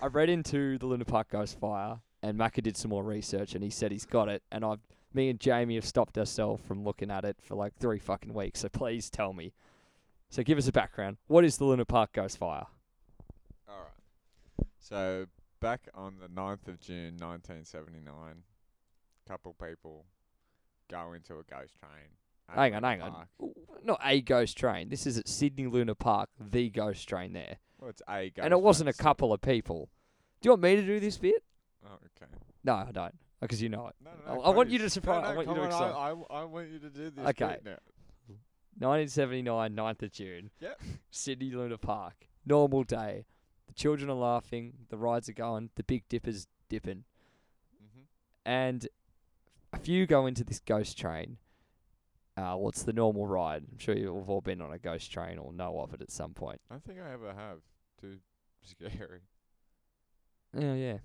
I read into the Luna Park Ghost Fire, and Macca did some more research, and he said he's got it. And I've, me and Jamie have stopped ourselves from looking at it for like three fucking weeks. So please tell me. So give us a background. What is the Luna Park Ghost Fire? All right. So back on the 9th of June, nineteen seventy nine, couple people go into a ghost train. at Hang on, Luna hang on. Park. W- Not a ghost train. This is at Sydney Luna Park, the ghost train there, Well, it's a ghost. and it wasn't a train, so- couple of people. Do you want me to do this bit? Oh, okay. No, No, I don't, because you know it. no, I- I no, want please. you to surprise- I No, no, want you to come on, excite. I, I, I want you to do this. Okay. bit now. 1979, 9th of June. Yep. Sydney Luna Park. Normal day. The children are laughing. The rides are going. The Big Dipper's dipping. Mhm. And a few go into this ghost train. Uh, what's the normal ride? I'm sure you've all been on a ghost train or know of it at some point. I don't think I ever have. Too scary. Yeah, yeah.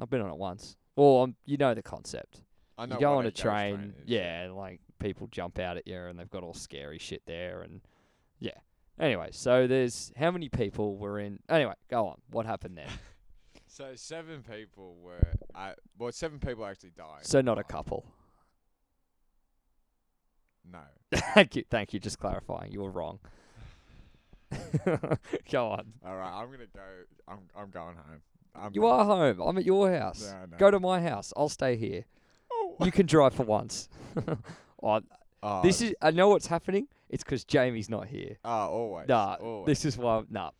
I've been on it once. Or um, you know the concept. I know you go what on a ghost train, is. yeah, and, like people jump out at you and they've got all scary shit there and yeah. Anyway, so there's how many people were in anyway, go on. What happened [laughs] then? So seven people were at well, seven people actually died. so not a Right. [laughs] couple. No. thank you, thank you, just clarifying. You were wrong. [laughs] go on. All right, I'm gonna go. I'm I'm going home. I'm You going- are home. I'm at your house. Yeah, I know. Go to my house. I'll stay here. Oh. You can drive for once. [laughs] [laughs] oh, Oh, this is I know what's happening. It's 'cause Jamie's not here. oh always. Nah, always. this is why nah.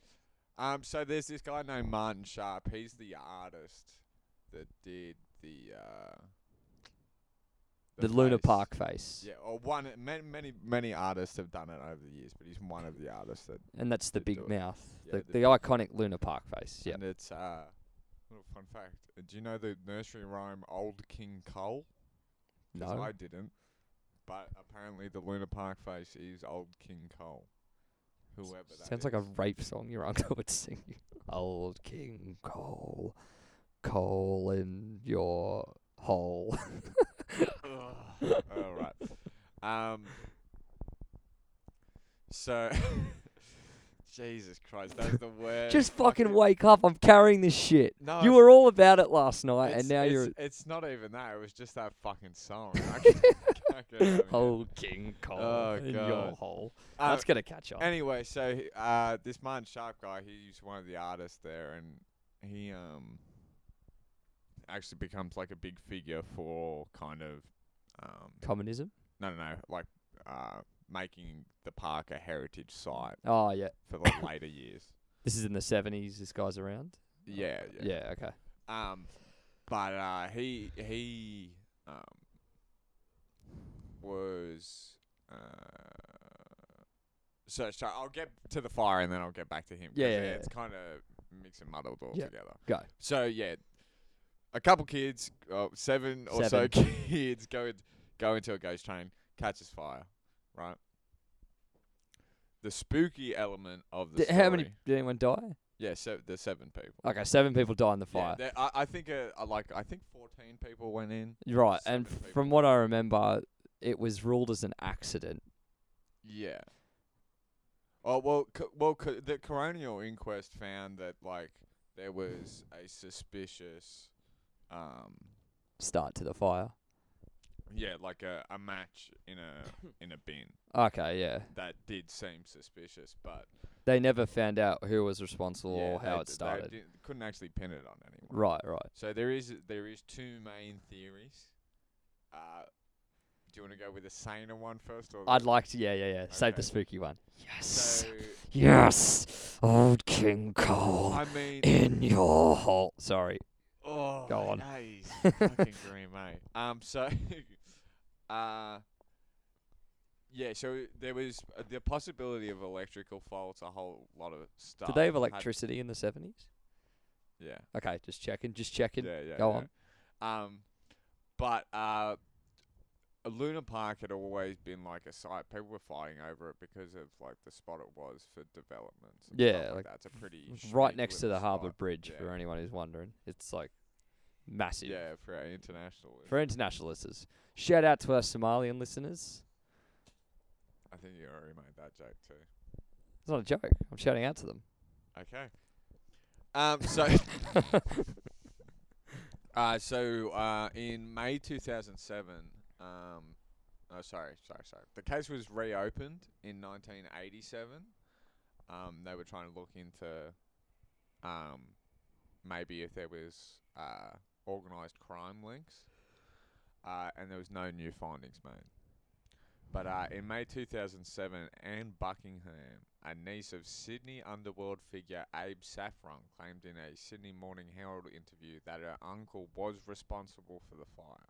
Um, so there's this guy named Martin Sharp. He's the artist that did the uh, The, Luna face. Park face. Yeah, or one many many many artists have done it over the years, but he's one of the artists that. And that's the Did do big it. mouth, Yeah, the, did the do iconic Luna Park face. Yeah. And it's uh, little fun fact. uh, Do you know the nursery rhyme "Old King Cole"? 'Cause No. I didn't. But apparently, the Luna Park face is Old King Cole. Whoever that Sounds like a is. rape song your [laughs] uncle would sing. you. Old King Cole, coal in your hole. [laughs] All right. Um. So, [laughs] Jesus Christ, that's the word. Just fucking wake up! I'm carrying this shit. No, you it's- were all about it last night, It's- and now it's, you're It's not even that. It was just that fucking song. [laughs] I can't- I can't even- old King Cole Oh, in your God. hole. Uh, That's gonna catch on. Anyway, so he- uh, this Martin Sharp guy, he's one of the artists there, and he um actually becomes like a big figure for kind of um Communism. no no no like uh making the park a heritage site Oh yeah, for the later years. this is in the seventies. This guy's around. Yeah, yeah. Yeah. Okay. Um, but uh, he he um, was uh, so so. I'll get to the fire and then I'll get back to him. 'cause Yeah, yeah, yeah. it's kind of mixed and muddled all Yeah. together. Go. So yeah, a couple kids, uh, seven or so [laughs] kids, go in, go into a ghost train, catches fire, right. The spooky element of the Did, how many story- did anyone die? Yeah, so there's seven people. Okay, seven people die in the Yeah, fire. there- I, I think uh, uh, like I think 14 people went in. Right, and seven f- from what I remember, it was ruled as an accident. Yeah. Oh well, co- well, co- the coronial inquest found that like there was a suspicious, um, Start to the fire. yeah, like a, a match in a [coughs] in a bin Okay, yeah. that did seem suspicious, but They never found out who was responsible yeah, or how they, it d- they started. didn't- couldn't actually pin it on anyone. Right, right. So there is there is two main theories. Uh, do you want to go with the saner one first, or the- I'd like to, yeah, yeah, yeah. Save the Okay. spooky one. Yes, so? yes. Old King Cole I [laughs] mean, in your hole. Sorry. Oh, Go on. Nice. [laughs] Fucking green, mate. Um, so, [laughs] uh, yeah, so there was uh, the possibility of electrical faults, a whole lot of stuff. Did they have had- electricity in the seventies? Yeah. Okay, just checking, just checking. yeah, yeah. go yeah. Um, but uh, Luna Park had always been like a site people were fighting over it because of like the spot it was for development. and stuff Yeah, like, like that's a pretty It's right chic next to the little harbour spot. bridge yeah. for anyone who's wondering. It's like massive Yeah, for our international. for international listeners. Shout out to our Somalian listeners. I think you already made that joke too. It's not a joke. I'm shouting out to [laughs] them. Okay. Um. So. uh. So. Uh. In May 2007. Um. Oh, sorry, sorry, sorry. The case was reopened in 1987. Um. They were trying to look into. Um. Maybe if there was uh organized crime links. Uh. And there was no new findings made. But uh, in May 2007, Anne Buckingham, a niece of Sydney underworld figure Abe Saffron, claimed in a Sydney Morning Herald interview that her uncle was responsible for the fire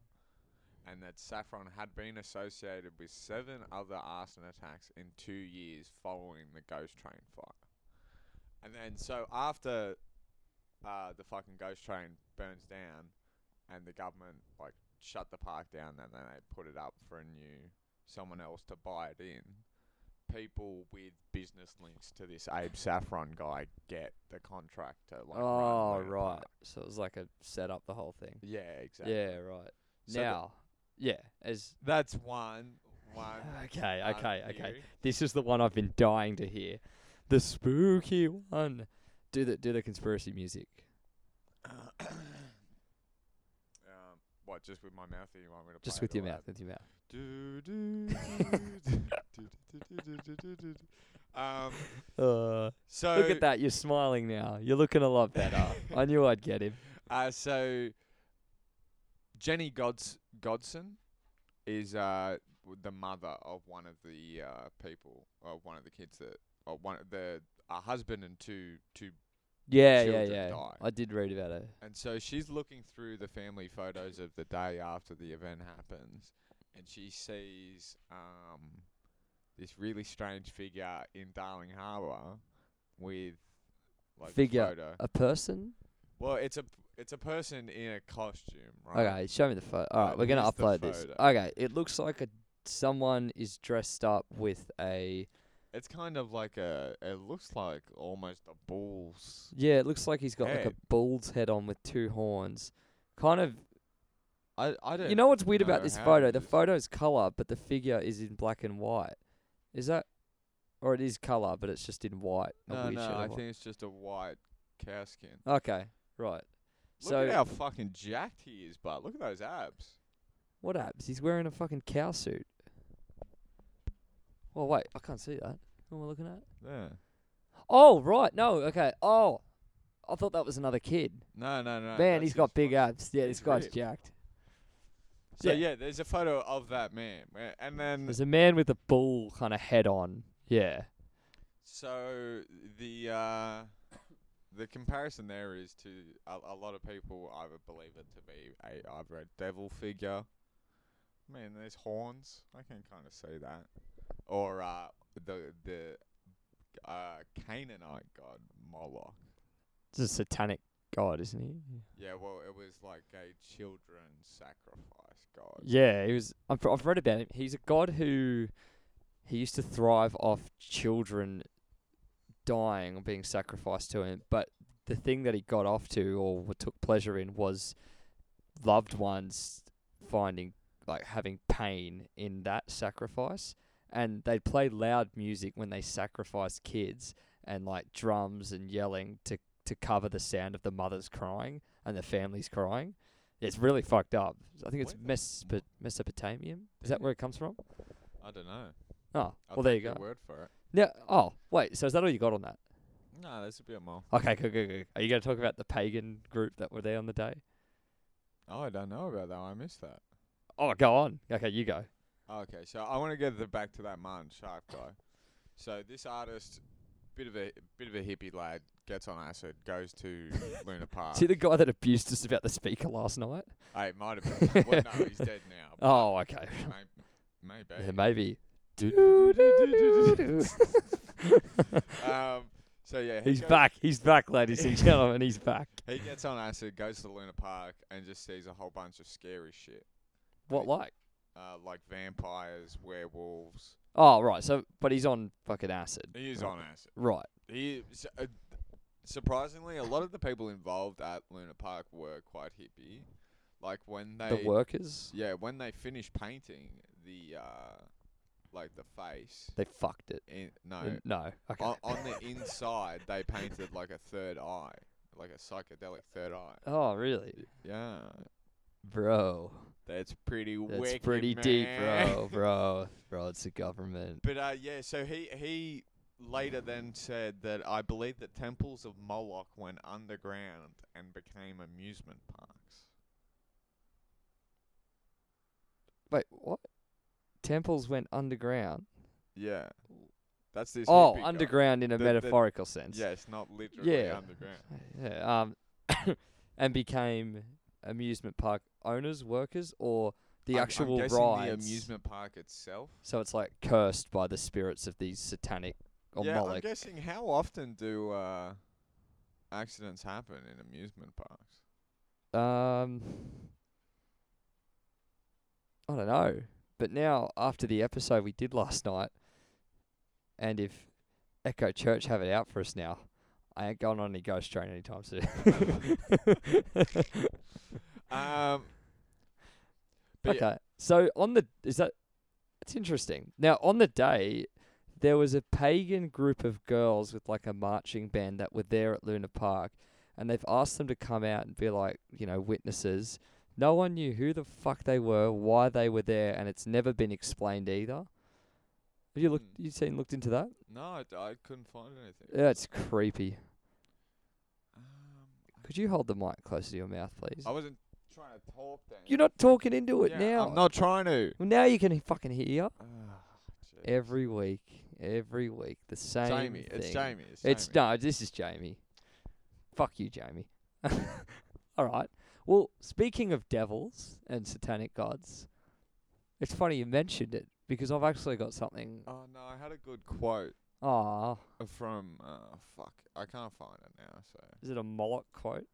and that Saffron had been associated with seven other arson attacks in two years following the ghost train fire. And then, so after uh, the fucking ghost train burns down and the government, like, shut the park down and then they put it up for a new someone else to buy it in, people with business links to this Abe Saffron guy get the contract to like. [laughs] run oh Luna right. Park. So it was like a set up the whole thing. Yeah, exactly. Yeah, right. So the- now, yeah, as that's one. One. [sighs] okay, uh, okay, okay. theory. This is the one I've been dying to hear. The spooky one. Do the do the conspiracy music. Um, what, just with my mouth? Or you want me to Just play with it your all mouth, out? with your mouth. Do, do, do, do, do, do, do, do, do, do. um, Uh, so Look at that, you're smiling now. You're looking a lot [laughs] better. I knew I'd get him. Uh, so Jenny Gods Godson is uh, w- the mother of one of the uh, people, of one of the kids that, or one of the a husband and two two Yeah, yeah, Children yeah. die. I did read about it. And so she's looking through the family photos of the day after the event happens, and she sees um, this really strange figure in Darling Harbour with like Figure. a photo. A person? Well, it's a it's a person in a costume, right? Okay, show me the photo. All right, Right, we're gonna here's the upload this. photo. Okay, it looks like a someone is dressed up with a It's kind of like a. It looks like almost a bull's. yeah. It looks like he's got like a Head. bull's head on with two horns. Kind of. I I don't. You know what's weird about know this how photo? to The just- photo's color, but the figure is in black and white. Is that? Or it is color, but it's just in white. a No, weird no. shade of I white. think it's just a white cow skin. Okay, right. Look so at how fucking jacked he is, but look at those abs. What happens? He's wearing a fucking cow suit. Well, wait, I can't see that. What am I looking at? Yeah. Oh, right, no, okay. Oh, I thought that was another kid. No, no, no. man, that's he's got his big photo. abs. Yeah, this He's guy's ripped. jacked. So Yeah. yeah. there's a photo of that man, uh, and then There's a man with a bull kind of head on. Yeah. so the uh, the comparison there is to a, a lot of people either believe it to be a either a devil figure. Man, there's horns. I can kind of see that, or uh, the the uh, Canaanite god Moloch. It's a satanic god, isn't he? Yeah, well, it was like a children sacrifice god. Yeah, he was. I've, I've read about him. He's a god who he used to thrive off children dying or being sacrificed to him. But the thing that he got off to or what took pleasure in was loved ones finding like having pain in that sacrifice. And they'd play loud music when they sacrificed kids and like drums and yelling to to cover the sound of the mothers crying and the families crying. It's really fucked up. I think it's Where the Mesopo- Mesopotamian. Is that Damn. where it comes from? Mm-hmm. I don't know. Oh, I'll well, there you take go. your Word for it. Yeah. Oh, wait. So is that all you got on that? No, there's a bit more. Okay, good, good, good. Are you going to talk about the pagan group that were there on the day? Oh, I don't know about that. I missed that. Oh, go on. Okay, you go. Okay, so I want to get the, back to that Martin Sharp guy. So this artist, bit of a bit of a hippie lad, gets on acid, goes [laughs] to Luna Park. See the guy that abused us about the speaker last night? hey, it might have been. well, no, [laughs] he's dead now. but Oh, okay. [laughs] may- [laughs] Maybe. Yeah, maybe. Um, So yeah, he He's goes- back. He's back, ladies and gentlemen. He's back. He gets on acid, goes to Luna Park, and just sees a whole bunch of scary shit, What like? uh, like vampires, werewolves. Oh right. So, but he's on fucking acid. He is on acid. Right. He is- uh, surprisingly, a lot of the people involved at Luna Park were quite hippie. Like when they The workers. Yeah, when they finished painting the uh like the face. They fucked it. In, no. No. no. Okay. On, on the inside they painted like a third eye. Like a psychedelic third eye. oh really, Yeah. bro? That's pretty That's wicked, pretty deep, man. bro. Bro, bro. It's the government. But uh yeah, so he he later then said that I believe that temples of Moloch went underground and became amusement parks. Wait, what? Temples went underground. Yeah. That's this Oh, hippie guy. underground in a The- the- metaphorical sense. Yeah, it's not literally Yeah. underground. Yeah, um, [coughs] and became amusement park owners, workers, or the I'm- I'm actual guessing rides. The amusement park itself. So it's like cursed by the spirits of these satanic or yeah, I'm Moloch. guessing how often do uh, accidents happen in amusement [laughs] parks? Um, I don't know. But now, after the episode we did last night, and if Echo Church have it out for us now, I ain't going on any ghost train anytime soon. [laughs] Um, But yeah. okay. So on the is that it's interesting. Now on the day there was a pagan group of girls with like a marching band that were there at Luna Park and they've asked them to come out and be like, you know, witnesses. No one knew who the fuck they were, why they were there, and it's never been explained either. Have you looked Hmm. you seen looked into that? no, I, d- I couldn't find anything. Yeah, it's creepy. Um, Could you hold the mic closer to your mouth, please? I wasn't trying to talk then. You're not talking into it Oh. Yeah, now. I'm not trying to. Well, now you can fucking hear. Ah, jeez. Every week, every week, the same. Jamie, it's thing. Jamie. It's, It's Jamie. no, this is Jamie. Fuck you, Jamie. [laughs] All right. Well, speaking of devils and satanic gods, it's funny you mentioned it because I've actually got something. Oh no, I had a good quote Ah, uh, from uh, fuck. I can't find it now. So. is it a Moloch quote?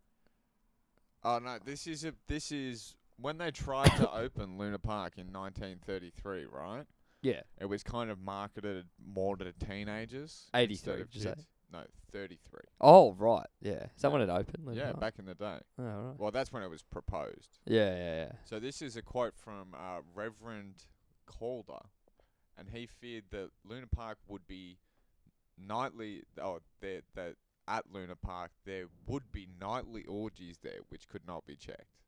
Oh no, this is a this is when they [coughs] tried to open Luna Park in 1933, right? Yeah. It was kind of marketed more to teenagers. 83, instead of did you say? kids. No, 33. Oh, right. Yeah. Is that when it opened? Luna yeah, Park? back in the day. Oh, right. Well, that's when it was proposed. Yeah, yeah, yeah. So this is a quote from uh, Reverend Calder, and he feared that Luna Park would be nightly. Oh, that that at Luna Park there would be nightly orgies there, which could not be checked.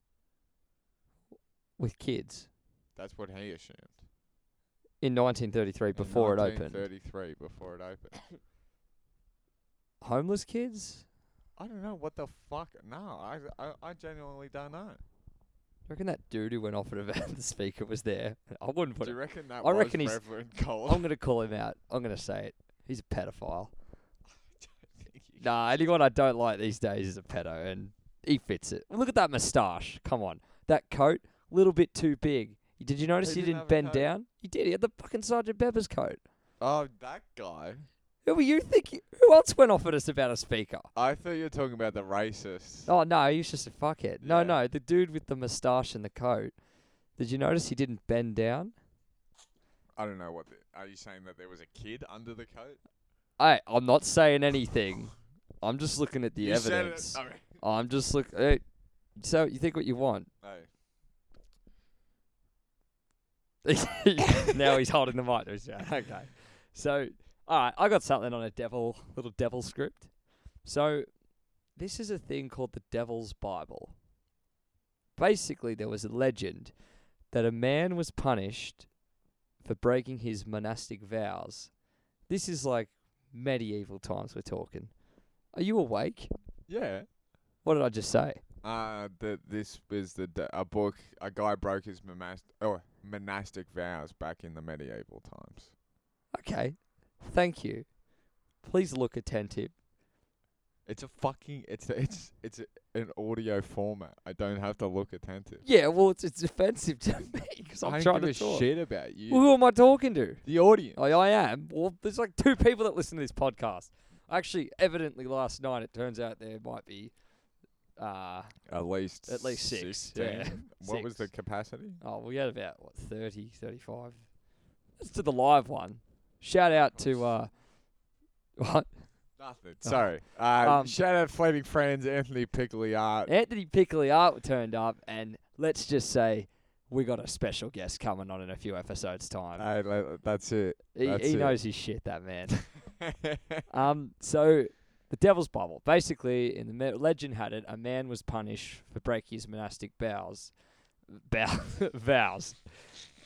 With kids That's what he assumed. in 1933 before it opened. 1933 before it opened. [coughs] Homeless kids? I don't know what the fuck. No, I, I, I genuinely don't know. I reckon that dude who went off at [laughs] about the speaker was there. I wouldn't put Do it. you reckon that I was reckon he's- Reverend Cole? [coughs] I'm gonna call him out. I'm gonna say it. He's a [laughs] pedophile. Nah, anyone I don't like these days is a pedo, and he fits it. Look at that moustache. Come on, that coat, little bit too big. Did you notice he, didn't didn't have a bend coat. down? He did. He had the fucking Sergeant Pepper's coat. Oh, that guy. Who were you thinking? Who else went off at us about a speaker? I thought you were talking about the racist. Oh no, he was just a fuckhead. No, Yeah. no, the dude with the moustache and the coat. Did you notice he didn't bend down? I don't know what. The, are you saying that there was a kid under the coat? I, I'm not saying anything. I'm just looking at the you evidence. Said it, okay. I'm just look. Hey, so you think what you want? [laughs] Hey. now he's holding the mic. to his mouth. Okay. So, all right, I got something on a devil little devil script. So, this is a thing called the Devil's Bible. Basically, there was a legend that a man was punished for breaking his monastic vows. This is like medieval times we're talking. Are you awake? Yeah. What did I just say? Uh, the, this was the d- a book. A guy broke his monast- oh, monastic vows back in the medieval times. Okay. Thank you. Please look attentive. It's a fucking. It's a, it's it's a, an audio format. I don't have to look attentive. Yeah, well, it's, it's offensive to [laughs] me because I'm I trying don't give to talk. a shit about you. Well, who am I talking to? the audience. I, I am. Well, there's like two people that listen to this podcast. Actually, evidently last night it turns out there might be, uh, At least At least six, 16? yeah. [laughs] What was the Six. capacity? oh, we had about what 30, 35. That's to the live one. Shout out to uh, what Nothing. Sorry. Uh, Um, shout out flaming friends Anthony [laughs] Pigliart. Anthony Piccoliart turned up, and let's just say we got a special guest coming on in a few episodes time. Hey, le- that's it. he that's he it. knows his shit, that [laughs] man. [laughs] Um, so the Devil's Bubble. Basically, in the me- legend had it, a man was punished for breaking his monastic vows, vow- [laughs] vows,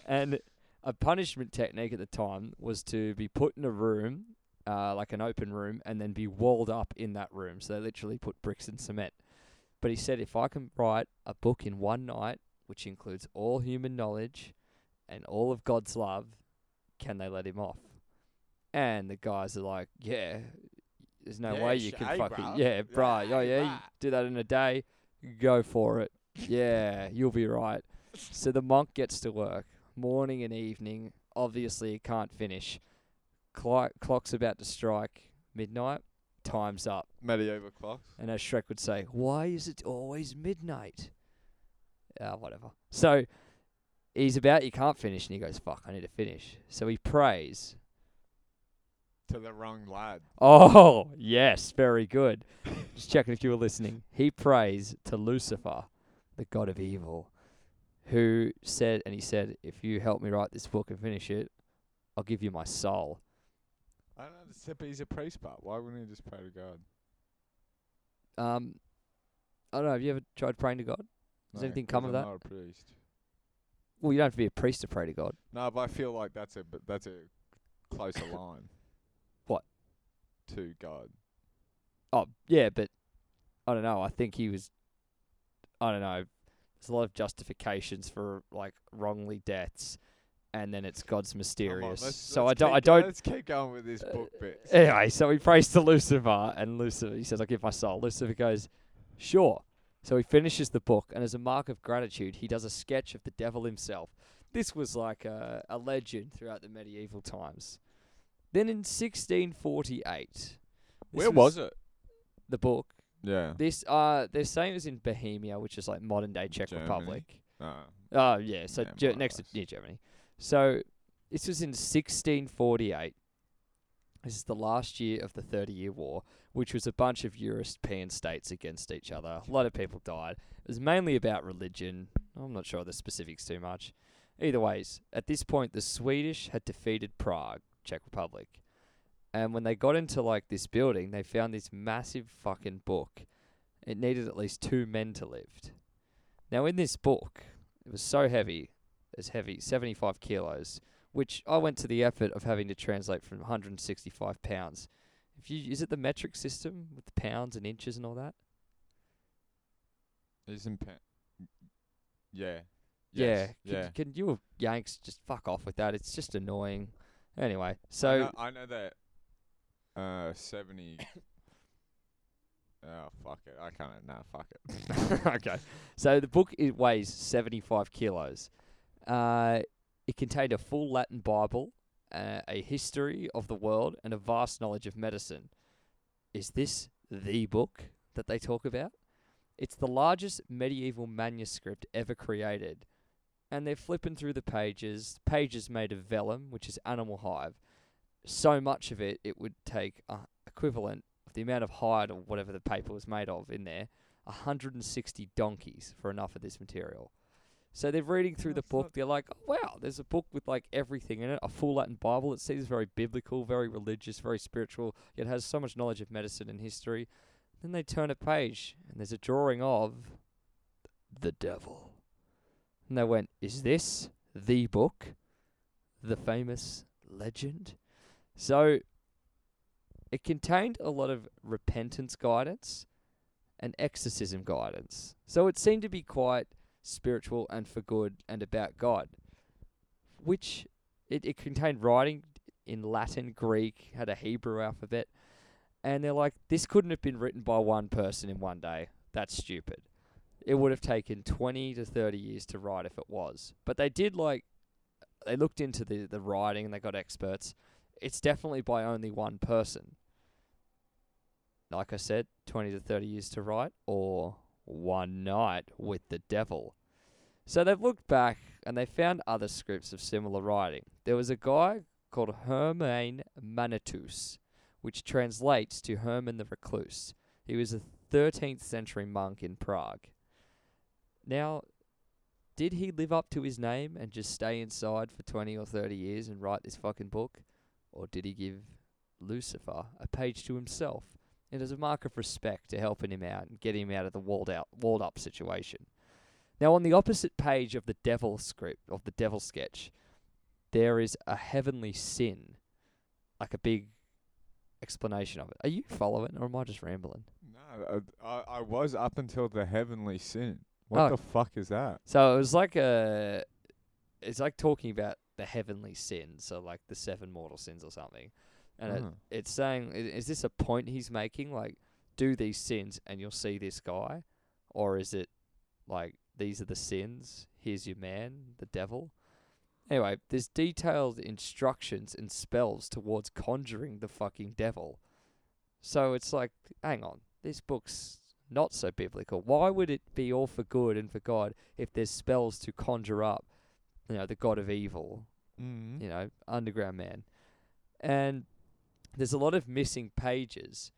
and a punishment technique at the time was to be put in a room, uh, like an open room, and then be walled up in that room. So they literally put bricks and cement. But he said, if I can write a book in one night, which includes all human knowledge and all of God's love, can they let him off? And the guys are like, yeah, there's no Yeah, way you sh- can hey, fucking, bruh. yeah, bruh, Yeah, oh yeah, you right." do that in a day, go for it. Yeah, you'll be right. So the monk gets to work, morning and evening. Obviously, he can't finish. Clock, clock's about to strike midnight. Time's up. Medieval clocks. And as Shrek would say, why is it always midnight? Uh, whatever. So he's about, you can't finish. And he goes, fuck, I need to finish. So he prays. To the wrong lad. Oh, yes, very good. [laughs] Just checking if you were listening. He prays to Lucifer, the god of evil, who said, and he said, if you help me write this book and finish it, I'll give you my soul. I don't understand, but he's a priest, but why wouldn't he just pray to God? Um, I don't know. Have you ever tried praying to God? Does anything 'cause come of I'm that? Not a priest. Well, you don't have to be a priest to pray to God. No, but I feel like that's a but that's a [coughs] closer line. What? To God. Oh, yeah, but I don't know. I think he was. I don't know. There's a lot of justifications for like wrongly deaths, and then it's God's Come on, mysterious. let's- so let's I don't. keep I go- don't. Let's keep going with this Uh, book bit. [laughs] Anyway, so he prays to Lucifer, and Lucifer, he says, I'll give my soul. Lucifer goes, Sure. So he finishes the book, and as a mark of gratitude, he does a sketch of the devil himself. This was like a, a legend throughout the medieval times. Then in 1648, this Where was, it? The book. Yeah. This uh, they're saying it was in Bohemia, which is like modern day Czech Germany. Republic. No. Oh yeah, so Yeah, Ger- more or next to less. near Germany. So this was in 1648. This is the last year of the Thirty Year War, which was a bunch of European states against each other. A lot of people died. It was mainly about religion. I'm not sure of the specifics too much. Either ways, at this point, the Swedish had defeated Prague, Czech Republic, and when they got into like this building, they found this massive fucking book. It needed at least two men to lift. Now, in this book, it was so heavy, it's heavy, 75 kilos, which I went to the effort of having to translate from 165 pounds. If you is it the metric system with the pounds and inches and all that? Isn't pa- Yeah. Yeah. Yes, Can, can you Yanks just fuck off with that? It's just annoying. Anyway, I so know, I know that uh seventy Oh fuck it. I can't no, fuck [laughs] it. [laughs] okay. So the book it weighs 75 kilos. Uh, it contained a full Latin Bible, uh, a history of the world, and a vast knowledge of medicine. Is this the book that they talk about? It's the largest medieval manuscript ever created. And they're flipping through the pages, pages made of vellum, which is animal hive. So much of it, it would take uh, equivalent of the amount of hide or whatever the paper was made of in there 160 donkeys for enough of this material. So they're reading through the That's not- book. They're like, oh, wow, there's a book with like everything in it, a full Latin Bible. It seems very biblical, very religious, very spiritual. Yet has so much knowledge of medicine and history. Then they turn a page and there's a drawing of the devil. And they went, is this the book? The famous legend? So it contained a lot of repentance guidance and exorcism guidance. So it seemed to be quite spiritual and for good and about God, which it, it contained writing in Latin, Greek, had a Hebrew alphabet. And they're like, this couldn't have been written by one person in one day. That's stupid. It would have taken 20 to 30 years to write if it was. But they did like, they looked into the, the writing and they got experts. It's definitely by only one person. like I said, 20 to 30 years to write, or One Night with the Devil. So they've looked back and they found other scripts of similar writing. There was a guy called Hermain Manitus, which translates to Herman the Recluse. He was a 13th century monk in Prague. Now, did he live up to his name and just stay inside for 20 or 30 years and write this fucking book? Or did he give Lucifer a page to himself? It is a mark of respect to helping him out and getting him out of the walled out walled up situation. Now on the opposite page of the devil script of the devil sketch, there is a heavenly sin. Like a big explanation of it. Are you following or am I just rambling? No, I, uh, I, I was up until the heavenly sin. What Oh. the fuck is that? So it was like a, it's like talking about the heavenly sins, so like the seven mortal sins or something, and it, Oh. it's saying, i- is this a point he's making? Like, do these sins and you'll see this guy, or is it like these are the sins? Here's your man, the devil. Anyway, there's detailed instructions and spells towards conjuring the fucking devil. So it's like, hang on, this book's not so biblical. Why would it be all for good and for God if there's spells to conjure up, you know, the god of evil, Mm. you know, underground man? And there's a lot of missing pages.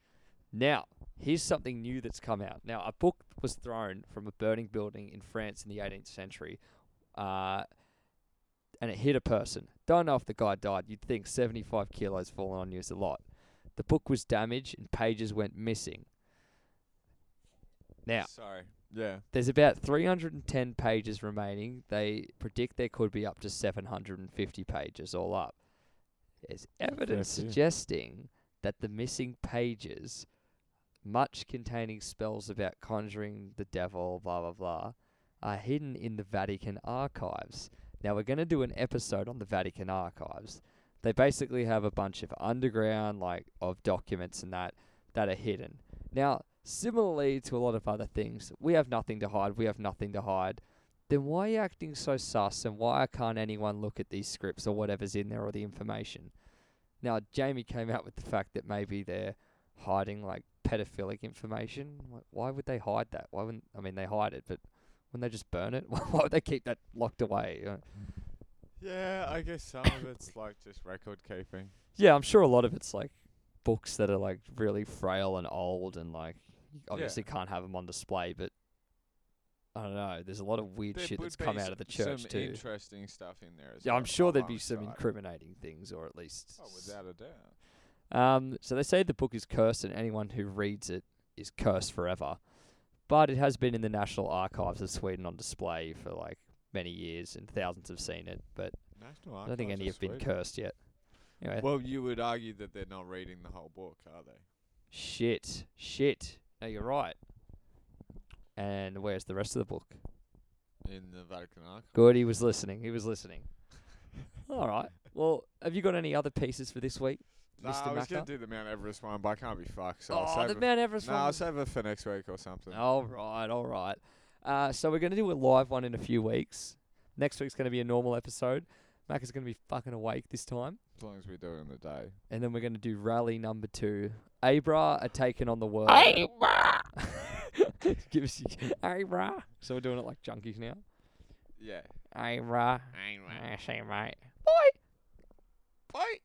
Now, here's something new that's come out. Now, a book was thrown from a burning building in France in the 18th century, uh, and it hit a person. Don't know if the guy died. You'd think 75 kilos falling on you is a lot. The book was damaged and pages went missing. Now, Sorry. Yeah. there's about 310 pages remaining. They predict there could be up to 750 pages all up. There's evidence few. suggesting that the missing pages, much containing spells about conjuring the devil, blah, blah, blah, are hidden in the Vatican archives. Now, we're going to do an episode on the Vatican archives. They basically have a bunch of underground, like, of documents and that, that are hidden. Now, similarly to a lot of other things, we have nothing to hide, we have nothing to hide. Then why are you acting so sus and why can't anyone look at these scripts or whatever's in there or the information? Now, Jamie came out with the fact that maybe they're hiding like pedophilic information. Like, why would they hide that? Why wouldn't, I mean, they hide it, but wouldn't they just burn it? [laughs] why would they keep that locked away? Uh, Yeah, I guess some of it's like just record keeping. Yeah, I'm sure a lot of it's like books that are like really frail and old and like you Yeah. obviously can't have them on display, but I don't know. There's a lot of weird shit would that's come be out of the s- some church too. interesting stuff in there as Yeah, well. I'm sure I there'd be won't some say. incriminating things, or at least. Oh, s- without a doubt. Um, so they say the book is cursed, and anyone who reads it is cursed forever. But it has been in the National Archives of Sweden on display for like many years, and thousands have seen it. But National I don't think Archives any of have been Sweden. cursed yet. Anyway, Well, you would argue that they're not reading the whole book, are they? Shit. Shit. No, you're right. And where's the rest of the book? in the Vatican Archive. Good, he was listening. He was listening. [laughs] All right. Well, have you got any other pieces for this week? Nah, Mr. I was going Macca? to do the Mount Everest one, but I can't be fucked. So I'll oh, save the it. Mount Everest nah, I'll one. save it for next week or something. All right, all right. Uh, so we're going to do a live one in a few weeks. Next week's going to be a normal episode. Mac is going to be fucking awake this time. As long as we do it in the day. And then we're going to do rally number two. Abra are taking on the world. [laughs] Give us Abra. So we're doing it like junkies now. Yeah. Hey, bruh. Anyway. I say, mate. Boy. Bye.